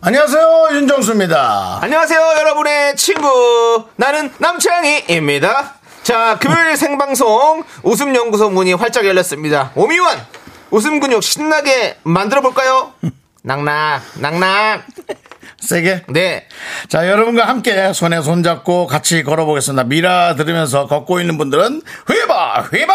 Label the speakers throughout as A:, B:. A: 안녕하세요 윤정수입니다.
B: 안녕하세요, 여러분의 친구. 나는 남창희입니다. 자, 금요일 생방송 웃음연구소 문이 활짝 열렸습니다. 오미원! 웃음 근육 신나게 만들어볼까요? 낙낙, 낙낙.
A: 세게.
B: 네.
A: 자 여러분과 함께 손에 손잡고 같이 걸어보겠습니다. 미라 들으면서 걷고 있는 분들은 휘바 휘바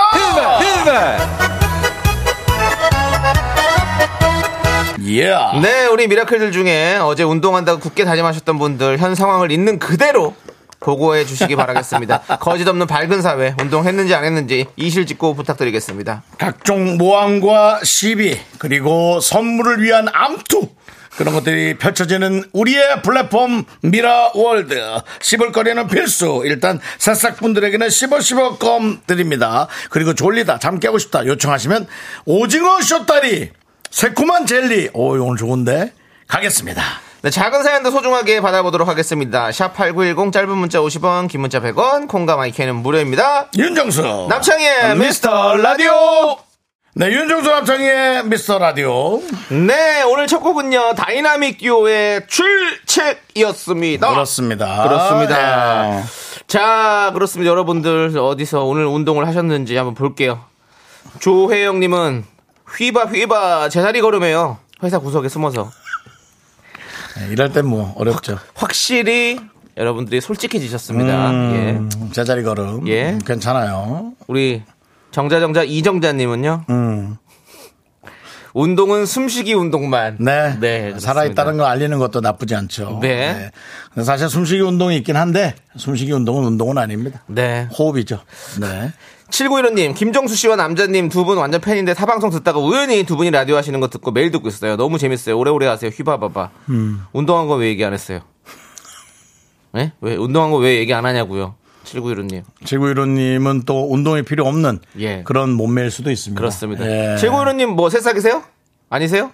A: 예.
B: 네, 우리 미라클들 중에 어제 운동한다고 굳게 다짐하셨던 분들 현 상황을 있는 그대로 보고해 주시기 바라겠습니다. 거짓 없는 밝은 사회, 운동했는지 안 했는지 이실 짓고 부탁드리겠습니다.
A: 각종 모함과 시비 그리고 선물을 위한 암투 그런 것들이 펼쳐지는 우리의 플랫폼 미라월드 씹을거리는 필수 일단 새싹분들에게는 씹어씹어껌 드립니다 그리고 졸리다 잠 깨고 싶다 요청하시면 오징어 쇼다리 새콤한 젤리 오 오늘 좋은데 가겠습니다
B: 네, 작은 사연도 소중하게 받아보도록 하겠습니다. 샵 8910 짧은 문자 50원, 긴 문자 100원, 콩과 마이크는 무료입니다.
A: 윤정수
B: 남창희의 미스터 라디오!
A: 네 윤정수 남창희의 미스터 라디오
B: 네, 오늘 첫 곡은요, 다이나믹 듀오의 출첵이었습니다.
A: 그렇습니다
B: 그렇습니다.
A: 예.
B: 자, 그렇습니다. 여러분들, 어디서 오늘 운동을 하셨는지 한번 볼게요. 조혜영님은 휘바, 휘바, 제자리 걸음해요. 회사 구석에 숨어서.
A: 네, 이럴 땐 뭐 어렵죠
B: 확실히 여러분들이 솔직해지셨습니다. 예.
A: 음, 제자리 걸음.
B: 예.
A: 음, 괜찮아요.
B: 우리 정자정자 이정자님은요.
A: 음.
B: 운동은 숨쉬기 운동만.
A: 네.
B: 네,
A: 살아있다는 걸 알리는 것도 나쁘지 않죠.
B: 네.
A: 근데 사실 숨쉬기 운동이 있긴 한데, 숨쉬기 운동은 운동은 아닙니다.
B: 네.
A: 호흡이죠. 네.
B: 7915님, 김정수 씨와 남자님 두 분 완전 팬인데 사방송 듣다가 우연히 두 분이 라디오 하시는 거 듣고 매일 듣고 있어요. 너무 재밌어요. 오래오래 하세요. 휘바바바.
A: 음.
B: 운동한 거 왜 얘기 안 했어요? 네? 왜, 운동한 거 왜 얘기 안 하냐고요. 7915님.
A: 네. 지구이로님은 또 운동이 필요 없는
B: 예.
A: 그런 몸매일 수도 있습니다.
B: 그렇습니다.
A: 예.
B: 7915님 뭐 새싹이세요? 아니세요?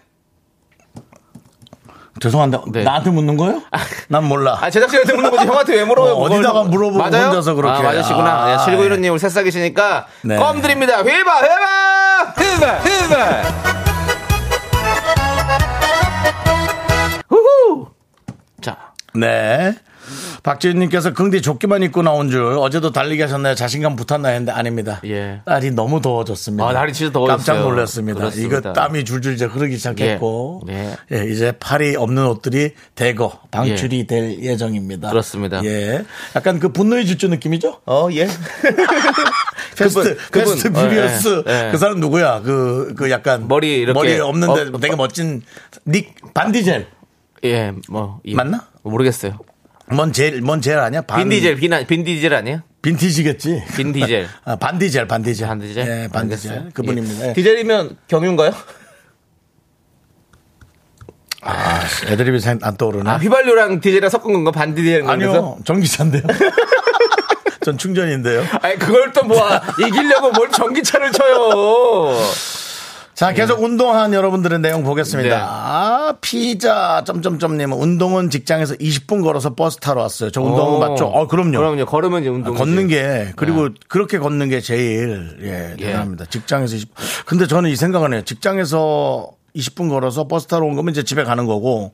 A: 죄송한데,
B: 네.
A: 나한테 묻는 거예요? 난 몰라.
B: 아, 제작진한테 묻는 거지. 형한테 왜 물어요?
A: 어, 어디다가 물어보고 혼자서 그렇게.
B: 아, 맞으시구나.
A: 아,
B: 네, 7915님 우리 새싹이시니까
A: 네.
B: 껌 드립니다. 휘바, 휘바! 휘바, 휘바! 후후! 자,
A: 네. 박지윤님께서 긍디 조끼만 입고 나온 줄 어제도 달리기 하셨나요? 자신감 붙었나 했는데 아닙니다.
B: 예.
A: 날이 너무 더워졌습니다.
B: 아, 날이 진짜 더워졌어요.
A: 깜짝 놀랐습니다.
B: 그렇습니다.
A: 이거 땀이 줄줄 이제 흐르기 시작했고
B: 예. 예.
A: 예, 이제 팔이 없는 옷들이 대거 방출이 될 예정입니다.
B: 그렇습니다.
A: 예. 약간 그 분노의 질주 느낌이죠?
B: 어, 예.
A: 패스트,
B: 그분.
A: 패스트
B: 어,
A: 뷰리어스.
B: 예, 예.
A: 그 사람 누구야? 그, 그 약간.
B: 머리 이렇게
A: 없는데
B: 어,
A: 되게 멋진 닉, 반디젤.
B: 예, 뭐. 예.
A: 맞나?
B: 모르겠어요.
A: 뭔 젤, 뭔 젤 아니야? 반-
B: 빈디젤, 빈, 빈디젤 아니에요?
A: 빈티지겠지.
B: 빈디젤.
A: 아, 반디젤, 반디젤.
B: 반디젤?
A: 예, 반디젤.
B: 알겠어요.
A: 그분입니다.
B: 예.
A: 예.
B: 디젤이면 경유인가요?
A: 아, 애드립이 생- 안 떠오르네.
B: 아, 휘발유랑 디젤이랑 섞은 건가? 반디젤인
A: 아, 니
B: 서
A: 요 전기차인데요. 전 충전인데요.
B: 아니 그걸 또 뭐 이기려고 뭘 전기차를 쳐요. 네.
A: 자, 계속 운동한 여러분들의 내용 보겠습니다. 아, 피자, 점점점님은 운동은 직장에서 20분 걸어서 버스 타러 왔어요. 저 운동은
B: 오.
A: 맞죠? 어, 그럼요. 아,
B: 그럼요. 걸으면 이제 운동.
A: 걷는
B: 네.
A: 게 그리고 그렇게 걷는 게 제일 예, 대단합니다. 직장에서 20. 근데 저는 이 생각을 해요. 직장에서 20분 걸어서 버스 타러 온 거면 이제 집에 가는 거고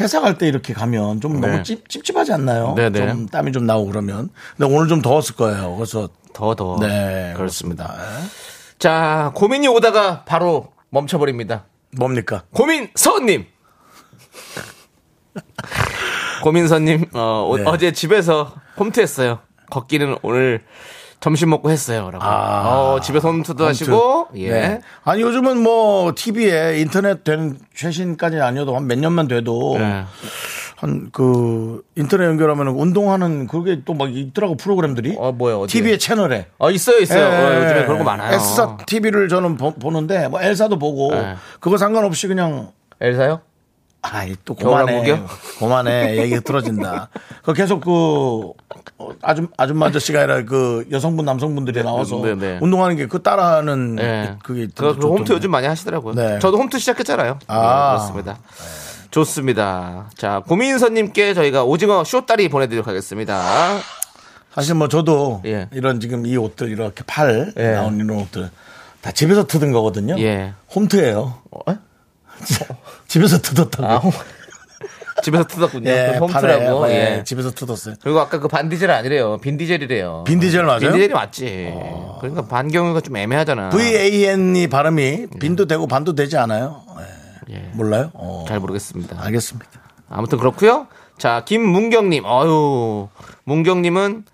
A: 회사 갈 때 이렇게 가면 좀 너무 찝, 찝찝하지 않나요?
B: 네, 네.
A: 좀 땀이 좀 나고 그러면. 근데 오늘 좀 더웠을 거예요. 그래서
B: 더 더.
A: 네
B: 어, 그렇습니다.
A: 그렇습니다.
B: 자 고민이 오다가 바로 멈춰버립니다.
A: 뭡니까?
B: 고민 서님. 고민서님 어, 오-
A: 네.
B: 어제 집에서 홈트했어요. 걷기는 오늘 점심 먹고 했어요라고.
A: 아.
B: 어, 집에서 홈트도 하시고 예.
A: 네. 아니 요즘은 뭐 TV에 인터넷 된 최신까지는 아니어도 한 몇 년만 돼도
B: 네.
A: 한 그 인터넷 연결하면 운동하는 그게 또 막 있더라고 프로그램들이.
B: 어, 뭐요, 어디에?
A: TV의 채널에.
B: 어 있어요 있어요. 어,
A: 예.
B: 요즘에 그런 거 많아요.
A: 엘사 TV를 저는 보, 는데뭐 뭐 엘사도 보고
B: 예.
A: 그거 상관없이 그냥
B: 엘사요?
A: 아이, 또
B: 겨울왕국이요?
A: 고만해. 고만해. 얘기 틀어진다. 그 계속 그 어, 아줌 아줌마 아저씨가 아니라 그 여성분 남성분들이 나와서
B: 네, 네.
A: 운동하는 게 그 따라하는
B: 예.
A: 그게 있던데
B: 그래서
A: 좋던데.
B: 홈트 요즘 많이 하시더라고요.
A: 네.
B: 저도 홈트 시작했잖아요.
A: 아.
B: 네, 그렇습니다. 좋습니다. 자, 고민서님께 저희가 오징어 쇼다리 보내드리도록 하겠습니다.
A: 사실 뭐 저도
B: 예.
A: 이런 지금 이 옷들 이렇게 팔
B: 예.
A: 나온 이런 옷들 다 집에서 뜯은 거거든요.
B: 예.
A: 홈트예요.
B: 어?
A: 집에서 뜯었다고.
B: 아, 홈- 집에서 뜯었군요.
A: 예,
B: 그럼 홈트라고.
A: 팔에, 예,
B: 예.
A: 집에서 뜯었어요.
B: 그리고 아까 그 반디젤 아니래요. 빈디젤이래요.
A: 빈디젤 맞아요? 어.
B: 빈디젤이 맞지. 그러니까 반경우가 좀 애매하잖아.
A: VAN이 발음이 빈도 되고 반도 되지 않아요? 예.
B: 예.
A: 몰라요? 어.
B: 잘 모르겠습니다.
A: 알겠습니다.
B: 아무튼 그렇고요. 자, 김문경님. 어유 문경님은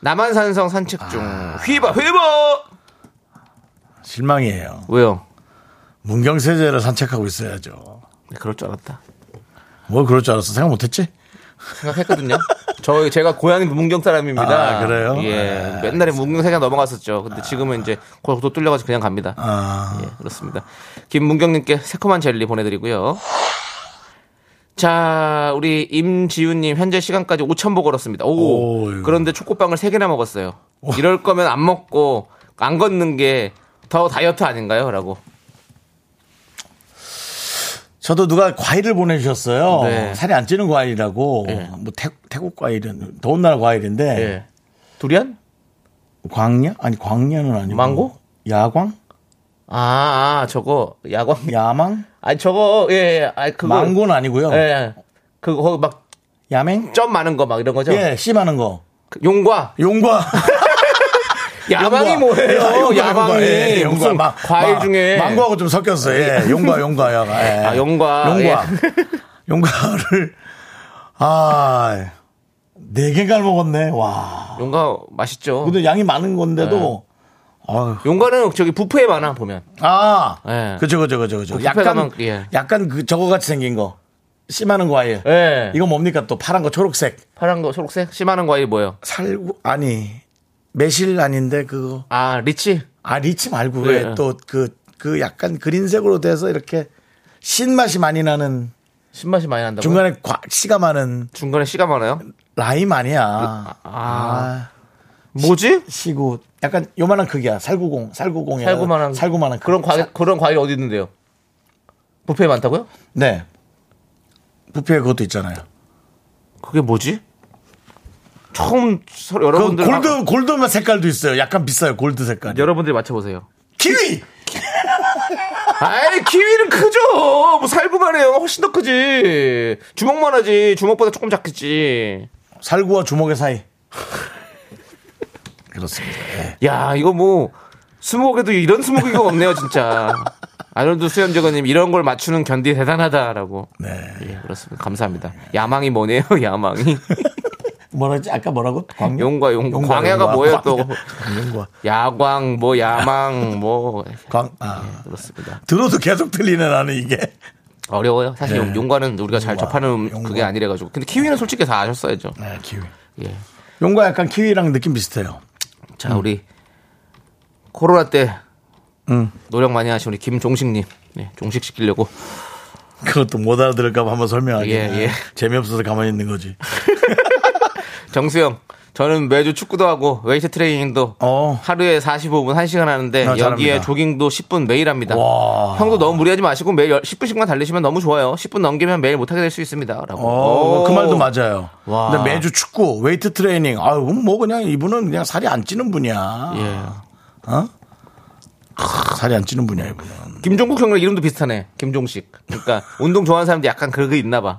B: 남한산성 산책 중.
A: 아.
B: 휘바, 휘바!
A: 실망이에요.
B: 왜요?
A: 문경세제를 산책하고 있어야죠.
B: 네, 그럴 줄 알았다.
A: 뭐 그럴 줄 알았어. 생각 못했지?
B: 생각했거든요. 저 제가 고향이 문경 사람입니다.
A: 아, 그래요?
B: 예. 맨날에 문경세가 넘어갔었죠. 근데 지금은 이제 고도 뚫려가지고 그냥 갑니다.
A: 아,
B: 예, 그렇습니다. 김문경님께 새콤한 젤리 보내드리고요. 자, 우리 임지윤님 현재 시간까지 5천 보 걸었습니다. 오,
A: 오유.
B: 그런데 초코빵을 3개나 먹었어요. 이럴 거면 안 먹고 안 걷는 게 더 다이어트 아닌가요? 라고.
A: 저도 누가 과일을 보내주셨어요.
B: 네.
A: 살이 안 찌는 과일이라고.
B: 네.
A: 뭐 태, 태국 과일은 더운 나라 과일인데
B: 예. 두리안?
A: 광야 아니 광야는 아니고
B: 망고?
A: 야광
B: 아, 아, 저거 야광.
A: 야망
B: 아니 저거 예, 예. 아 그거
A: 망고는 아니고요.
B: 예, 예. 그거 막 점
A: 야맹
B: 많은 거 막 이런 거죠?
A: 예 씨많은 거
B: 그 용과
A: 용과
B: 야망이
A: 용과.
B: 뭐예요?
A: 야, 용과,
B: 야망이
A: 용과. 예, 용과.
B: 무슨
A: 마-
B: 과일
A: 마-
B: 중에
A: 망고하고 좀 섞였어요. 예, 용과 용과 야가. 예.
B: 아, 용과.
A: 용과 용과를 아네 개갈 먹었네. 와
B: 용과 맛있죠.
A: 근데 양이 많은 건데도 아유.
B: 용과는 저기 부프에 많아 보면.
A: 아
B: 예.
A: 그죠 그죠 그죠 그죠
B: 그
A: 약간
B: 뷔페가만- 예.
A: 약간 그 저거 같이 생긴 거 씨많은 과일.
B: 예.
A: 이거 뭡니까 또 파란 거 초록색
B: 파란 거 초록색 심하는 과일 뭐예요?
A: 살구 아니 매실 아닌데 그거
B: 아 리치.
A: 아 리치 말고 왜
B: 네.
A: 또 그 그 약간 그린색으로 돼서 이렇게 신맛이 많이 나는
B: 신맛이 많이 난다고. 중간에
A: 중간에 과, 씨가 많은
B: 중간에 씨가 많아요.
A: 라임 아니야
B: 아, 뭐지?
A: 시구 약간 요만한 크기야 살구공 살구공이야
B: 살구만한
A: 예, 살구만한
B: 그런 과일 그런 과일 어디 있는데요? 부페에 많다고요?
A: 네 부페 그것도 있잖아요
B: 그게 뭐지? 처음 서-
A: 그
B: 여러분들
A: 골드 골드 색깔도 있어요 약간 비싸요 골드 색깔
B: 여러분들이 맞춰보세요.
A: 키위
B: 아이 키위는 크죠. 뭐 살구만 해요. 훨씬 더 크지. 주먹만 하지. 주먹보다 조금 작겠지.
A: 살구와 주먹의 사이 그렇습니다 예.
B: 야 이거 뭐 스모그에도 이런 스모그가 없네요 진짜. 아놀드 수염저거님 이런 걸 맞추는 견디 대단하다라고.
A: 네
B: 예, 그렇습니다. 감사합니다. 야망이 뭐네요, 야망이.
A: 뭐라지 아까 뭐라고 광야?
B: 용과 용
A: 용과,
B: 광야가
A: 용과.
B: 뭐예요 또?
A: 용과
B: 야광 뭐 야망 뭐
A: 광 아.
B: 그렇습니다.
A: 들어도 계속 들리네 나는 이게
B: 어려워요. 사실 용- 용과는 우리가 잘
A: 네. 용과,
B: 접하는
A: 용과.
B: 그게 아니래 가지고. 근데 키위는 솔직히 다 아셨어야죠.
A: 네, 키위
B: 예.
A: 용과 약간 키위랑 느낌 비슷해요 음.
B: 자 우리 코로나 때
A: 음.
B: 노력 많이 하신 우리 김종식님, 예, 종식 시키려고
A: 그것도 못 알아들을까 봐 한번 설명하기
B: 예, 예.
A: 재미없어서 가만히 있는 거지
B: 정수영. 저는 매주 축구도 하고 웨이트 트레이닝도
A: 어.
B: 하루에 45분 1시간 하는데
A: 아,
B: 여기에
A: 잘합니다.
B: 조깅도 10분 매일 합니다.
A: 와.
B: 형도 너무 무리하지 마시고 매일 10분씩만 달리시면 너무 좋아요. 10분 넘기면 매일 못하게 될 수 있습니다라고.
A: 어,
B: 오.
A: 그 말도 맞아요
B: 와.
A: 근데 매주 축구 웨이트 트레이닝 아유 뭐 그냥 이분은 그냥 살이 안 찌는 분이야
B: 예.
A: 크, 살이 안 찌는 분이야 이분은
B: 김종국 형이랑 이름도 비슷하네. 김종식. 그러니까 운동 좋아하는 사람들 약간 그게 있나 봐.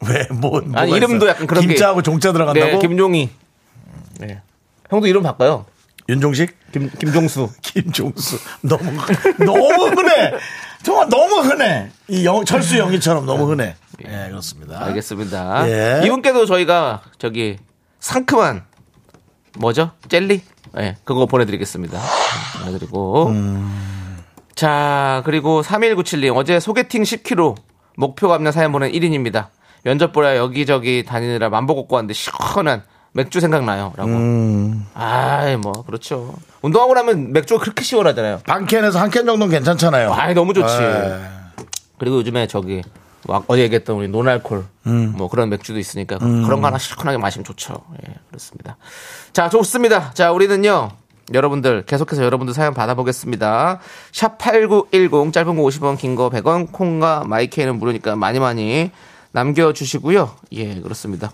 A: 왜뭐
B: 아니 이름도 약간 그런 게.
A: 김자하고 종자 들어간다고
B: 네, 김종희. 네. 형도 이름 바꿔요.
A: 윤종식
B: 김 김종수.
A: 김종수 너무 너무 흔해 정말 너무 흔해 이 영, 철수 영희처럼 너무 흔해 예 그렇습니다
B: 알겠습니다.
A: 예.
B: 이분께도 저희가 저기 상큼한 뭐죠? 젤리? 예, 그거 보내드리겠습니다. 보내드리고. 자, 그리고 3197님, 어제 소개팅 10kg 목표 감량 사연 보낸 1인입니다. 면접 보라 여기저기 다니느라 만보 걷고 왔는데 시원한 맥주 생각나요. 라고. 아이, 뭐, 그렇죠. 운동하고 나면 맥주가 그렇게 시원하잖아요.
A: 반 캔에서 한 캔 정도는 괜찮잖아요
B: 아이, 너무 좋지.
A: 예.
B: 그리고 요즘에 저기 막 어제 얘기했던 우리 노날콜
A: 음.
B: 뭐 그런 맥주도 있으니까 그런 거 하나 시원하게 마시면 좋죠. 예, 그렇습니다. 자, 좋습니다. 자, 우리는요. 여러분들 계속해서 여러분들 사연 받아보겠습니다. 샵 8910 짧은 거 50원, 긴 거 100원, 콩과 마이케이는 무료니까 많이 많이 남겨 주시고요. 예, 그렇습니다.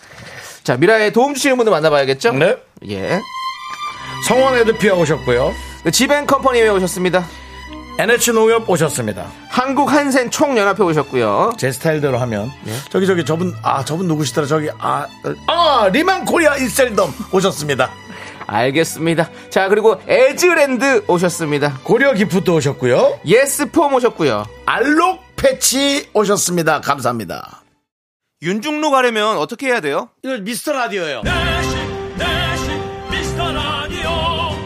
B: 자, 미라에 도움 주시는 분들 만나봐야겠죠?
A: 네.
B: 예.
A: 성원 에드피아 오셨고요.
B: 네, 지벤컴퍼니에 오셨습니다.
A: NH 농협 오셨습니다.
B: 한국 한센 총연합회 오셨고요.
A: 제 스타일대로 하면 저기 저기 저분 아 저분 누구시더라 저기 아, 아 리만 코리아 인셀덤 오셨습니다.
B: 알겠습니다. 자, 그리고 에즈랜드 오셨습니다.
A: 고려 기프트 오셨고요.
B: 예스폼 오셨고요.
A: 알록 패치 오셨습니다. 감사합니다.
B: 윤중로 가려면 어떻게 해야 돼요?
A: 이거 미스터 라디오예요.
C: 내시
D: 네
C: 내시 미스터 라디오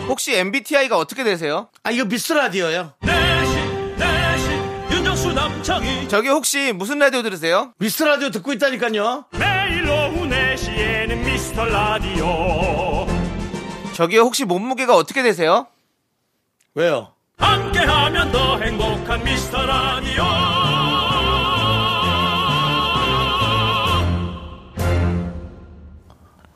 B: 혹시 MBTI가 어떻게 되세요?
A: 아 이거 미스터 라디오예요.
C: 내시 내시 윤정수 남창희
B: 저기 혹시 무슨 라디오 들으세요?
A: 미스터 라디오 듣고 있다니까요.
D: 매일 오후 4시에는 미스터 라디오
B: 저기 혹시 몸무게가 어떻게 되세요?
A: 왜요?
C: 함께하면 더 행복한 미스터 라디오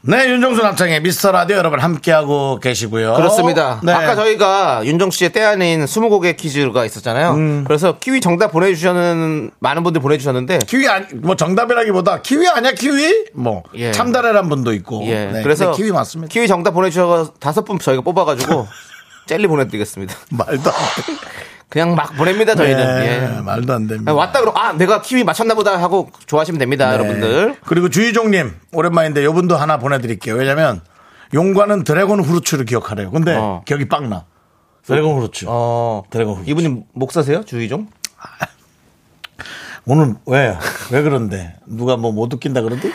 A: 네 윤정수 남창의 미스터 라디오 여러분 함께하고 계시고요.
B: 그렇습니다.
A: 네.
B: 아까 저희가 윤정 씨의 때 아닌 20곡의 퀴즈가 있었잖아요.
A: 음.
B: 그래서 키위 정답 보내주셨는 많은 분들 보내주셨는데
A: 키위 아니, 뭐 정답이라기보다 키위 아니야 키위? 뭐
B: 예.
A: 참다래란 분도 있고.
B: 예.
A: 네,
B: 그래서
A: 근데 키위 맞습니다.
B: 키위 정답 보내주셔서 다섯 분 저희가 뽑아가지고 젤리 보내드리겠습니다.
A: 말도 안 돼.
B: 그냥 막 보냅니다 저희는.
A: 네,
B: 예.
A: 말도 안
B: 아,
A: 됩니다.
B: 왔다 그럼 아 내가 키위 맞췄나 보다 하고 좋아하시면 됩니다
A: 네.
B: 여러분들
A: 그리고 주희종님 오랜만인데 요분도 하나 보내드릴게요. 왜냐면 용과는 드래곤 후르츠를 기억하래요. 근데
B: 어.
A: 기억이 빡나. 드래곤 후르츠.
B: 어
A: 드래곤 후르츠.
B: 이분이 목사세요 주의종
A: 오늘 왜? 왜 그런데? 누가 뭐 못 웃긴다 그러지?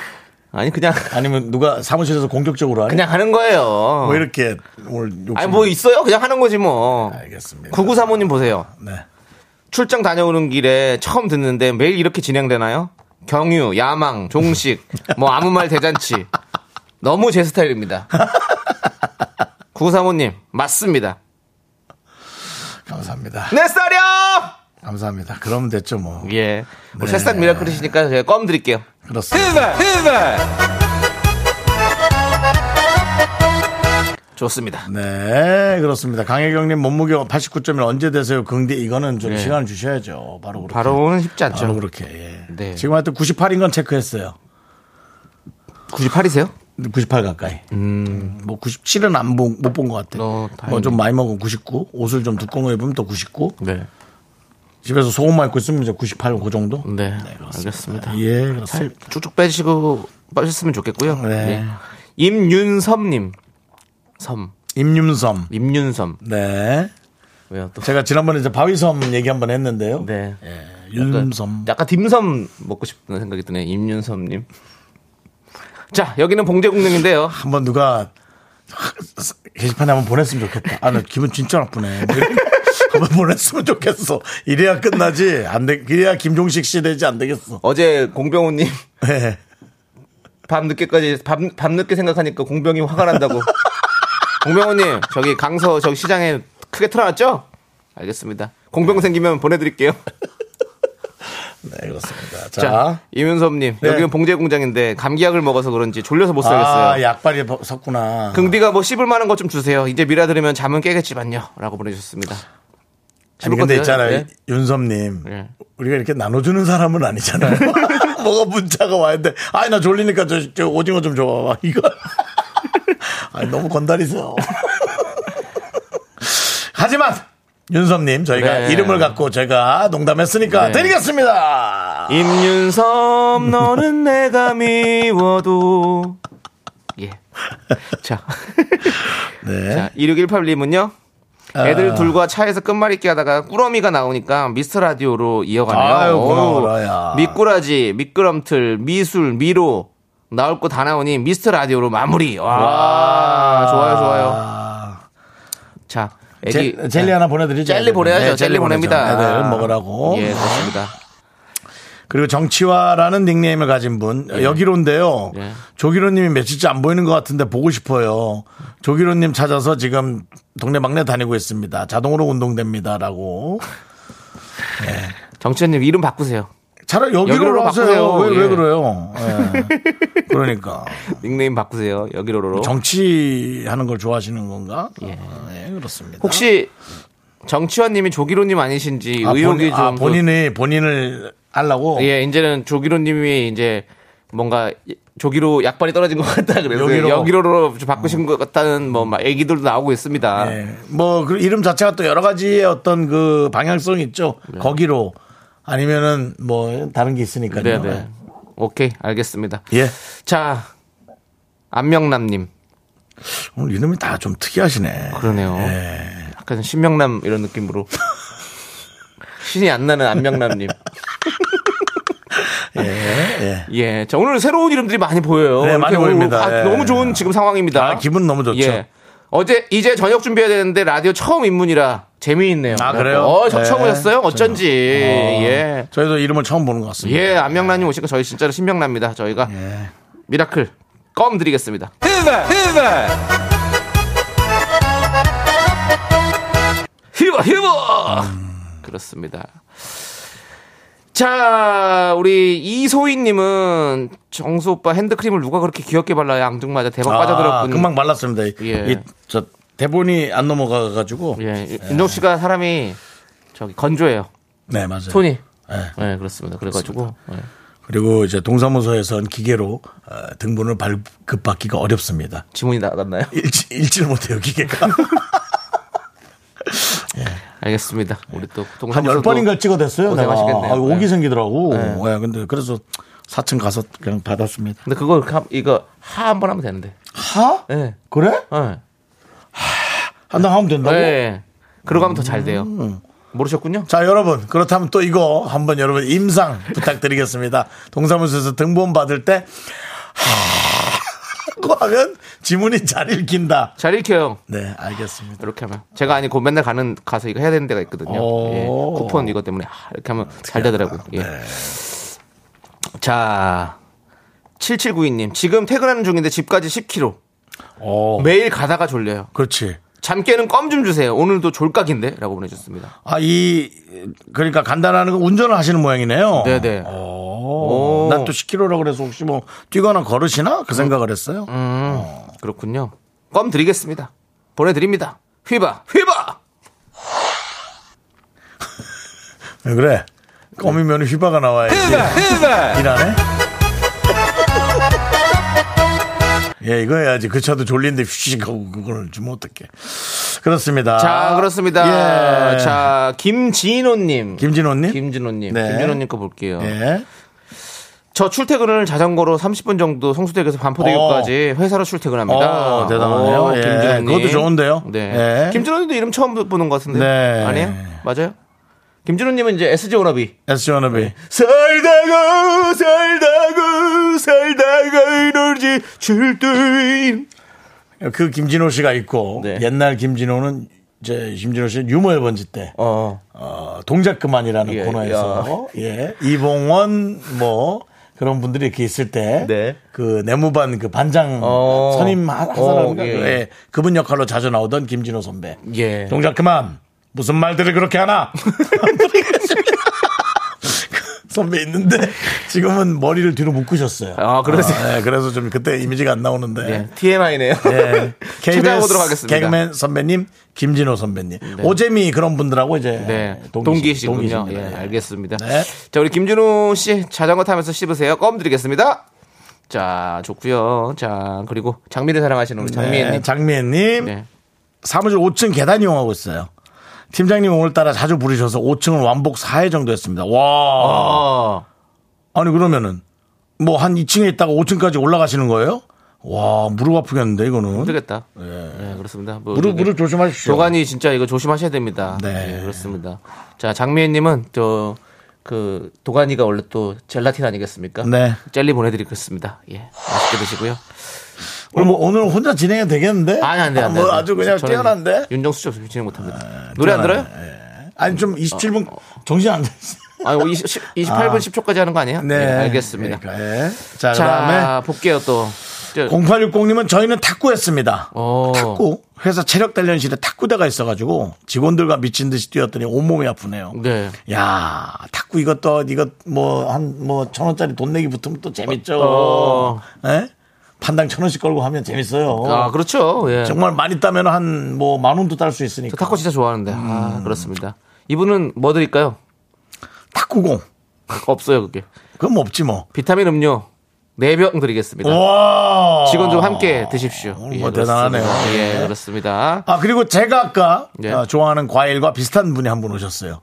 B: 아니 그냥
A: 아니면 누가 사무실에서 공격적으로 하니?
B: 그냥 하는 거예요
A: 뭐 이렇게 오늘 욕심
B: 아니 뭐 있어요 그냥 하는 거지 뭐
A: 알겠습니다.
B: 구구 사모님 보세요
A: 네.
B: 출장 다녀오는 길에 처음 듣는데 매일 이렇게 진행되나요 경유 야망 종식 뭐 아무 말 대잔치 너무 제 스타일입니다 구구 사모님 맞습니다
A: 감사합니다.
B: 내 스타일이요
A: 감사합니다. 그러면 됐죠 뭐.
B: 예 우리
A: 네.
B: 새싹 미라클이시니까 제가 껌 드릴게요
A: 그렇습니다.
B: 휘발 휘발 좋습니다
A: 네, 그렇습니다. 강혜경님 몸무게 89.1 언제 되세요? 근데 이거는 좀
B: 예.
A: 시간을 주셔야죠. 바로 그렇게.
B: 바로는 쉽지 않죠
A: 바로 그렇게. 예.
B: 네.
A: 지금 하여튼 98인 건 체크했어요.
B: 98이세요?
A: 98 가까이. 음, 뭐 97은 안 본 못 본 것 같아.
B: 어,
A: 요
B: 다행이네.
A: 뭐 좀 많이 먹으면 99, 옷을 좀 두꺼운 거 입으면 또 99.
B: 네.
A: 집에서 소금만 입고 있으면 이제 98, 그 정도.
B: 네. 알겠습니다.
A: 예, 그렇습니다.
B: 쭉쭉 빼시고 빠졌으면 좋겠고요.
A: 네.
B: 예. 임윤섭님 섬
A: 임윤섬.
B: 임윤섬
A: 네.
B: 왜요 또?
A: 제가 지난번에 이제 바위섬 얘기 한번 했는데요.
B: 네. 그러니까
A: 윤섬.
B: 약간 딤섬 먹고 싶은 생각이 드네요. 임윤섭님. 자 여기는 봉제공룡인데요.
A: 한번 누가 게시판에 한번 보냈으면 좋겠다. 아, 나 기분 진짜 나쁘네. 뭐 이런 거 한번 보냈으면 좋겠어. 이래야 끝나지. 안 돼. 이래야 김종식 씨 되지 안 되겠어.
B: 어제 공병호님
A: 예.
B: 밤 늦게까지 밤, 밤 늦게 생각하니까 공병이 화가 난다고. 공병호님 저기 강서 저기 시장에 크게 틀어놨죠? 알겠습니다. 공병 생기면 보내드릴게요.
A: 네, 그렇습니다. 자.
B: 자, 이윤섭님
A: 네.
B: 여기는 봉제 공장인데 감기약을 먹어서 그런지 졸려서 못
A: 아,
B: 살겠어요.
A: 약발이 버- 섰구나.
B: 긍디가 뭐 씹을 만한 것 좀 주세요. 이제 미라 들으면 잠은 깨겠지만요라고 보내주셨습니다.
A: 아니,
B: 씹을
A: 근데
B: 것 같아요.
A: 있잖아요.
B: 네.
A: 윤섭님.
B: 예.
A: 우리가 이렇게 나눠주는 사람은 아니잖아요. 뭐가 문자가 와는데, 아이, 나 졸리니까 저, 저 오징어 좀 줘봐. 이거. 아니, 너무 건달이세요. 하지만, 윤섭님, 저희가
B: 네.
A: 이름을 갖고 제가 농담했으니까
B: 네.
A: 드리겠습니다.
B: 임윤섭 너는 내가 미워도 예. 자.
A: 네. 아.
B: 자, 2618님은요. 애들 둘과 차에서 끝말잇기 하다가 꾸러미가 나오니까 미스터 라디오로 이어가네요.
A: 아유,
B: 어우,
A: 고마워라야.
B: 미꾸라지, 미끄럼틀, 미술, 미로 나올 거 다 나오니 미스터 라디오로 마무리. 와, 좋아요, 좋아요.
A: 아,
B: 자, 애기 네.
A: 제- 젤리 하나 보내드리죠.
B: 젤리 보내야죠.
A: 네,
B: 젤리, 보냅니다.
A: 보내죠. 애들 먹으라고.
B: 예, 그렇습니다.
A: 그리고 정치화라는 닉네임을 가진 분 여기로인데요.
B: 예.
A: 조기로님이 며칠째 안 보이는 것 같은데 보고 싶어요. 조기로님 찾아서 지금 동네 막내 다니고 있습니다. 자동으로 운동됩니다라고
B: 정치현님 이름 바꾸세요.
A: 차라리 여기로
B: 여기로로
A: 와서요.
B: 바꾸세요.
A: 왜, 왜
B: 예.
A: 그래요? 예. 그러니까.
B: 닉네임 바꾸세요. 여기로로.
A: 정치하는 걸 좋아하시는 건가? 아, 예, 그렇습니다.
B: 혹시 정치환님이 조기로님 아니신지
A: 아,
B: 의혹이
A: 본인, 아,
B: 좀
A: 본인이 본인을 하려고
B: 예, 이제는 조기로님이 이제 뭔가 조기로 약발이 떨어진 것 같다 그래서
A: 여기로.
B: 여기로. 여기로로 좀 바꾸신 것 같다는 뭐 막 얘기들도 나오고 있습니다.
A: 예. 뭐, 그 이름 자체가 또 여러 가지의 어떤 그 방향성이 있죠.
B: 네.
A: 거기로. 아니면은 뭐, 다른 게 있으니까요.
B: 네, 네. 오케이, 알겠습니다.
A: 예.
B: 자, 안명남님.
A: 오늘 이름이 다 좀 특이하시네.
B: 그러네요. 약간 신명남 이런 느낌으로. 신이 안 나는 안명남님.
A: 예. 예.
B: 예. 자, 오늘 새로운 이름들이 많이 보여요.
A: 네,
B: 이렇게
A: 많이
B: 오늘
A: 보입니다.
B: 아,
A: 예.
B: 너무 좋은 지금 상황입니다. 예.
A: 아, 기분 너무 좋죠.
B: 어제, 이제 저녁 준비해야 되는데 라디오 처음 입문이라 재미있네요.
A: 아, 그래요?
B: 어, 저 처음
A: 네.
B: 오셨어요? 어쩐지. 예.
A: 어, 저희도 이름을 처음 보는 것 같습니다.
B: 예, 안명란님 오시니까 저희 진짜로 신명납니다. 저희가
A: 예.
B: 미라클 껌 드리겠습니다. 히바 히바 그렇습니다. 자, 우리 이소희님은 정수 오빠 핸드크림을 누가 그렇게 귀엽게 발라야 앙증 맞아 대박 빠져들었군.
A: 금방 말랐습니다. 이-
B: 예.
A: 이, 저 대본이 안 넘어가가지고.
B: 예, 윤정 씨가 사람이 저기 건조해요.
A: 네, 맞아요.
B: 손이.
A: 예.
B: 예, 그렇습니다. 그래가지고 예,
A: 그리고 이제 동사무소에선 기계로 어, 등본을 발급받기가 어렵습니다.
B: 지문이 나갔나요?
A: 읽지, 읽지를 못해요, 기계가.
B: 알겠습니다. 우리 또
A: 한
B: 동사무소도
A: 열번인가 찍어댔어요, 내가.
B: 고생하시겠네요.
A: 아, 오기
B: 네.
A: 생기더라고. 예, 근데 그래서 4층 가서 그냥 받았습니다.
B: 근데 그거 이렇게 함- 이거 하 한 번 하면 되는데.
A: 하?
B: 예.
A: 그래?
B: 예.
A: 한다 하면 된다고? 음.
B: 예. 그러고 하면 더 잘 돼요. 모르셨군요?
A: 자, 여러분. 그렇다면 또 이거 한번 여러분 임상 부탁드리겠습니다. 동사무소에서 등본 받을 때, 하고 하면 지문이 잘 읽힌다.
B: 잘 읽혀요.
A: 네, 알겠습니다.
B: 이렇게 하면 제가 아니 고 맨날 가는 가서 이거 해야 되는 데가 있거든요.
A: 오.
B: 예, 쿠폰 이거 때문에 아, 이렇게 하면 잘 되더라고요. 예.
A: 네.
B: 자, 7792님 지금 퇴근하는 중인데 집까지 10km
A: 오.
B: 매일 가다가 졸려요.
A: 네. 그렇지.
B: 잠 깨는 껌 좀 주세요. 오늘도 졸각인데라고 보내줬습니다.
A: 아, 이, 그러니까 간단하는 건 운전을 하시는 모양이네요.
B: 네네.
A: 오.
B: 오.
A: 난또 10km라고 그래서 혹시 뭐 뛰거나 걸으시나? 그 생각을 했어요.
B: 음. 그렇군요. 껌 드리겠습니다. 보내드립니다. 휘바 휘바.
A: 왜 그래? 껌이면 휘바가 나와야지. 일하네? 예, 이거 해야지. 그 차도 졸린데 휘식 하고 그걸 주면 어떡해. 그렇습니다.
B: 자 아, 그렇습니다.
A: 예.
B: 자 김진호님.
A: 김진호님?
B: 김진호님.
A: 네.
B: 김진호님 거 볼게요.
A: 예.
B: 저 출퇴근을 자전거로 30분 정도 성수대교에서 반포대교까지 회사로 출퇴근합니다.
A: 어, 대단하네요. 예,
B: 김준호님.
A: 그것도 좋은데요.
B: 네.
A: 예.
B: 김준호님도 이름 처음 보는 것 같은데.
A: 네.
B: 아니에요? 맞아요? 김준호님은 이제 SG 워너비.
A: S 워너비.
B: 살다가 살다가 살다가 이러지 출퇴인.
A: 그 김진호 씨가 있고
B: 네.
A: 옛날 김진호는 이제 김진호 씨는 유머의 번지 때
B: 어.
A: 어, 동작 그만이라는
B: 예,
A: 코너에서 예, 이봉원 뭐 그런 분들이 이렇게 있을 때
B: 네.
A: 그 내무반 그 반장
B: 어.
A: 선임 하- 하사람인가
B: 어, 예,
A: 그,
B: 예.
A: 예, 그분 역할로 자주 나오던 김진호 선배
B: 예.
A: 동작 그만 무슨 말들을 그렇게 하나 그 선배 있는데 지금은 머리를 뒤로 묶으셨어요.
B: 아, 그러세요?
A: 어, 예, 그래서 좀 그때 이미지가 안 나오는데
B: 예. TMI네요.
A: 예.
B: 찾아보도록 하겠습니다.
A: 개그맨 선배님, 김진호 선배님, 오재미 그런 분들하고 이제
B: 네.
A: 동기시-
B: 동기시군요. 예,
A: 동기십니다.
B: 알겠습니다.
A: 네.
B: 자, 우리 김준호 씨 자전거 타면서 씹으세요. 껌 드리겠습니다. 자, 좋고요. 자, 그리고 장미를 사랑하시는 우리 장미애님.
A: 네, 장미애님
B: 네.
A: 사무실 5층 계단 이용하고 있어요. 팀장님 오늘따라 자주 부르셔서 5층을 완복 4회 정도 했습니다. 와.
B: 어.
A: 아니 그러면은 뭐 한 2층에 있다가 5층까지 올라가시는 거예요? 와 무릎 아프겠는데 이거는.
B: 힘들겠다. 예, 그렇습니다. 뭐
A: 네. 무릎
B: 저기
A: 무릎 조심하십시오.
B: 도관이 진짜 이거 조심하셔야 됩니다.
A: 네.
B: 예, 그렇습니다. 자, 장미애님은 저 그 도가니가 원래 또 젤라틴 아니겠습니까?
A: 네.
B: 젤리 보내드리겠습니다. 예, 맛있게 드시고요.
A: 오늘 뭐 오늘 혼자 진행해도 되겠는데?
B: 어? 아니 안 돼, 안 돼.
A: 뭐
B: 안 돼.
A: 아주 그냥
B: 저는
A: 뛰어난데? 네,
B: 윤정수 씨 없으면 진행 못합니다. 노래 안 들어요?
A: 아니 좀 27분
B: 어.
A: 정신 안 됐어요.
B: 아니 20, 28분 10초까지 하는 거 아니에요? 네, 알겠습니다.
A: 그러니까, 예. 네, 그러니까, 자,
B: 예, 자,
A: 그다음에
B: 볼게요 또. 저-
A: 0860님은 저희는 탁구했습니다.
B: 어.
A: 탁구 회사 체력 단련실에 탁구대가 있어가지고 직원들과 미친 듯이 뛰었더니 온몸이 아프네요.
B: 네.
A: 야 탁구 이것도 이것 뭐 한 뭐 천 원짜리 돈 내기 붙으면 또 재밌죠.
B: 어.
A: 예? 판당 천 원씩 걸고 하면 재밌어요.
B: 아, 그렇죠. 예.
A: 정말 많이 따면 한 뭐 만 원도 딸 수
B: 저
A: 있으니까.
B: 탁구 진짜 좋아하는데.
A: 음.
B: 아, 그렇습니다. 이분은 뭐 드릴까요?
A: 탁구공
B: 없어요, 그게.
A: 그럼 없지 뭐.
B: 비타민 음료 4병 드리겠습니다.
A: 와
B: 직원 좀 함께 드십시오. 예,
A: 뭐 대단하네요.
B: 그렇습니다. 예, 그렇습니다.
A: 아 그리고 제가 아까
B: 예.
A: 어, 좋아하는 과일과 비슷한 분이 한 분 오셨어요.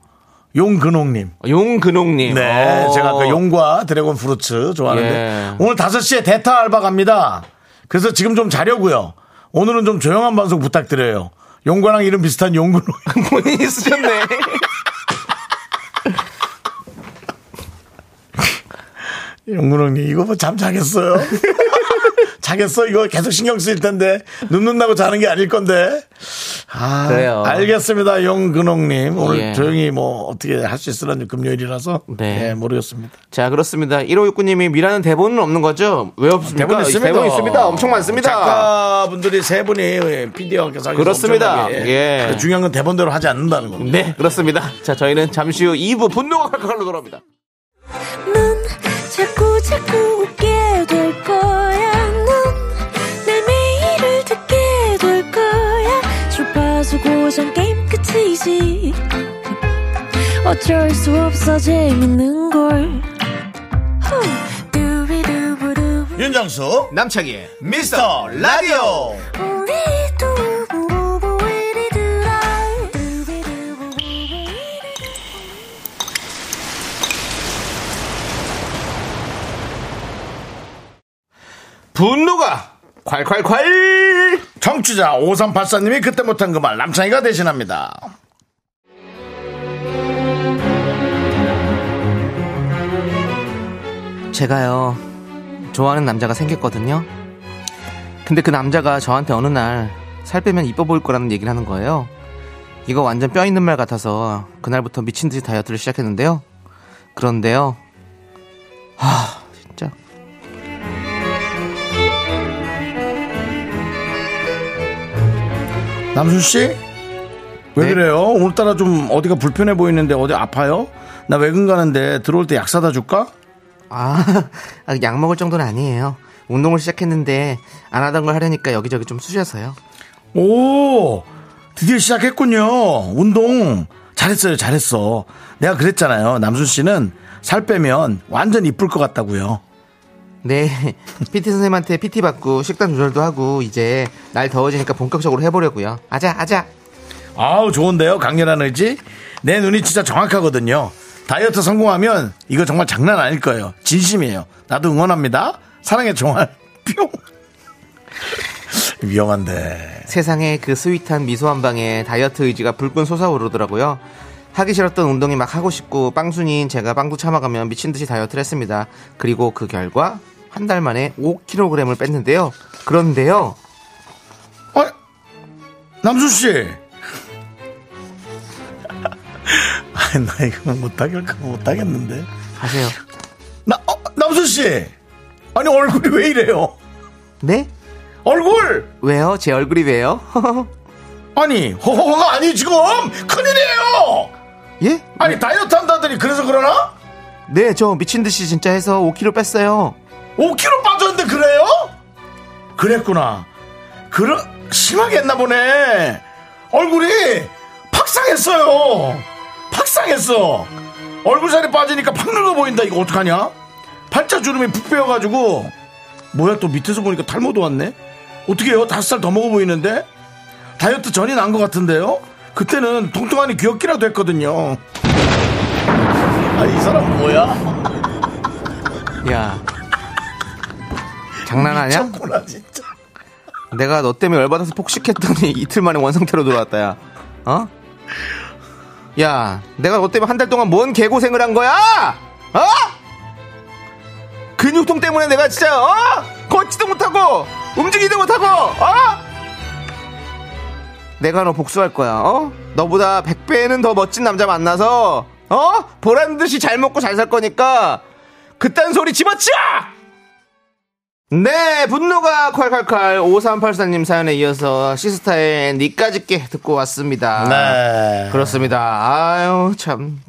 A: 용근홍님.
B: 용근홍님.
A: 네,
B: 어.
A: 제가 그 용과 드래곤 프루츠 좋아하는데
B: 예.
A: 오늘 5시에 대타 알바 갑니다. 그래서 지금 좀 자려고요. 오늘은 좀 조용한 방송 부탁드려요. 용과랑 이름 비슷한 용근홍.
B: 본인이 쓰셨네.
A: 용근홍님 이거 뭐 잠 자겠어요? 자겠어 이거 계속 신경 쓰일 텐데 눕는다고 자는 게 아닐 건데. 아,
B: 그래요.
A: 알겠습니다, 용근홍님. 오늘
B: 예.
A: 조용히 뭐 어떻게 할 수 있으라는 금요일이라서
B: 네.
A: 네, 모르겠습니다.
B: 자, 그렇습니다. 1569님이 미라는 대본은 없는 거죠? 왜 없습니까?
A: 대본 있습니다.
B: 그러니까 대본 있습니다. 엄청 많습니다.
A: 작가분들이 세 분이 PD와 함께 상의해서
B: 그렇습니다.
A: 엄청나게.
B: 예.
A: 근데 중요한 건 대본대로 하지 않는다는 겁니다.
B: 네, 그렇습니다. 자, 저희는 잠시 후 2부 분노가 칼칼로 돌아옵니다.
E: 넌 자꾸 자꾸 웃게 될 거야. 넌내 매일을 듣게 될 거야. 주파수 고정 게임 끝이지. 어쩔 수 없어 재밌는 걸. 후. 두비두부두부.
A: 윤정수
B: 남창희의
A: 미스터 라디오
E: 우리 두부부부 우리 두라. 두비두부부부 우리
B: 분노가 콸콸콸!
A: 청취자 5384님이 그때 못한 그 말 남창희가 대신합니다.
B: 제가요 좋아하는 남자가 생겼거든요 근데 그 남자가 저한테 어느 날 살 빼면 이뻐 보일 거라는 얘기를 하는 거예요 이거 완전 뼈 있는 말 같아서 그날부터 미친 듯이 다이어트를 시작했는데요 그런데요 하 진짜
A: 남순 씨? 왜
B: 네.
A: 그래요? 오늘따라 좀 어디가 불편해 보이는데 어디 아파요? 나 외근 가는데 들어올 때 약 사다 줄까?
B: 아 약 먹을 정도는 아니에요 운동을 시작했는데 안 하던 걸 하려니까 여기저기 좀 쑤셔서요
A: 오, 드디어 시작했군요. 운동. 잘했어요, 잘했어. 내가 그랬잖아요. 남순 씨는 살 빼면 완전 이쁠 것 같다고요.
B: 네, PT 선생님한테 PT 받고 식단 조절도 하고 이제 날 더워지니까 본격적으로 해보려고요. 아자, 아자.
A: 아우, 좋은데요? 강렬한 의지? 내 눈이 진짜 정확하거든요. 다이어트 성공하면 이거 정말 장난 아닐 거예요. 진심이에요. 나도 응원합니다. 사랑의 종알. 뿅. 위험한데.
B: 세상에 그 스윗한 미소 한 방에 다이어트 의지가 불끈 솟아오르더라고요. 하기 싫었던 운동이 막 하고 싶고 빵순이인 제가 빵도 참아가며 미친 듯이 다이어트를 했습니다. 그리고 그 결과 한 달 만에 5kg을 뺐는데요. 그런데요.
A: 어? 남순 씨. 아니, 나 이거 못하겠, 못하겠는데.
B: 하세요.
A: 나, 어, 남순 씨. 아니, 얼굴이 왜 이래요?
B: 네?
A: 얼굴!
B: 왜요? 제 얼굴이 왜요?
A: 아니, 허허허가 아니, 지금! 큰일이에요!
B: 예?
A: 아니, 다이어트 한다더니 그래서 그러나?
B: 네, 저 미친 듯이 진짜 해서 5kg 뺐어요.
A: 5kg 빠졌는데 그래요? 그랬구나. 그러, 심하게 했나 보네. 얼굴이 팍상했어요. 팍상했어. 얼굴 살이 빠지니까 팍 늙어 보인다. 이거 어떡하냐? 팔자 주름이 푹 빼여가지고. 뭐야, 또 밑에서 보니까 탈모도 왔네? 어떻게 해요? 다섯 살 더 먹어 보이는데? 다이어트 전이 난 것 같은데요? 그때는 통통하니 귀엽기라도 했거든요. 아니, 이 사람 뭐야?
B: 야. 장난하냐?
A: 참구나, 진짜.
B: 내가 너 때문에 열받아서 폭식했더니 이틀 만에 원상태로 돌아왔다, 야. 어? 야, 내가 너 때문에 한 달 동안 뭔 개고생을 한 거야? 어? 근육통 때문에 내가 진짜, 어? 걷지도 못하고, 움직이도 못하고, 어? 내가 너 복수할 거야, 어? 너보다 100배는 더 멋진 남자 만나서, 어? 보란 듯이 잘 먹고 잘 살 거니까, 그딴 소리 집어치워! 네, 분노가 콸콸콸 5384님 사연에 이어서 시스타의 니까짓게 듣고 왔습니다.
A: 네.
B: 그렇습니다. 아유, 참.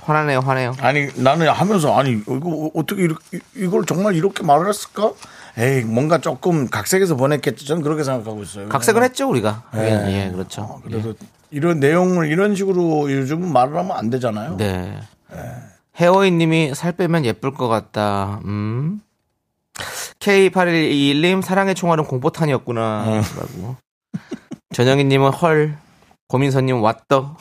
B: 화나네요, 화내요.
A: 아니 나는 하면서 아니 이거 어떻게 이렇게, 이걸 정말 이렇게 말을 했을까? 에이 뭔가 조금 각색해서 보냈겠지. 저는 그렇게 생각하고 있어요.
B: 각색을 했죠, 우리가.
A: 네.
B: 예, 예, 그렇죠.
A: 어, 그래서 이런 내용을 이런 식으로 요즘 말을 하면 안 되잖아요.
B: 네. 헤어인님이 살 빼면 예쁠 것 같다. 음. K8121님 사랑의 총알은 공포탄이었구나. 라고. 전영희님은 헐. 고민선님 왓더.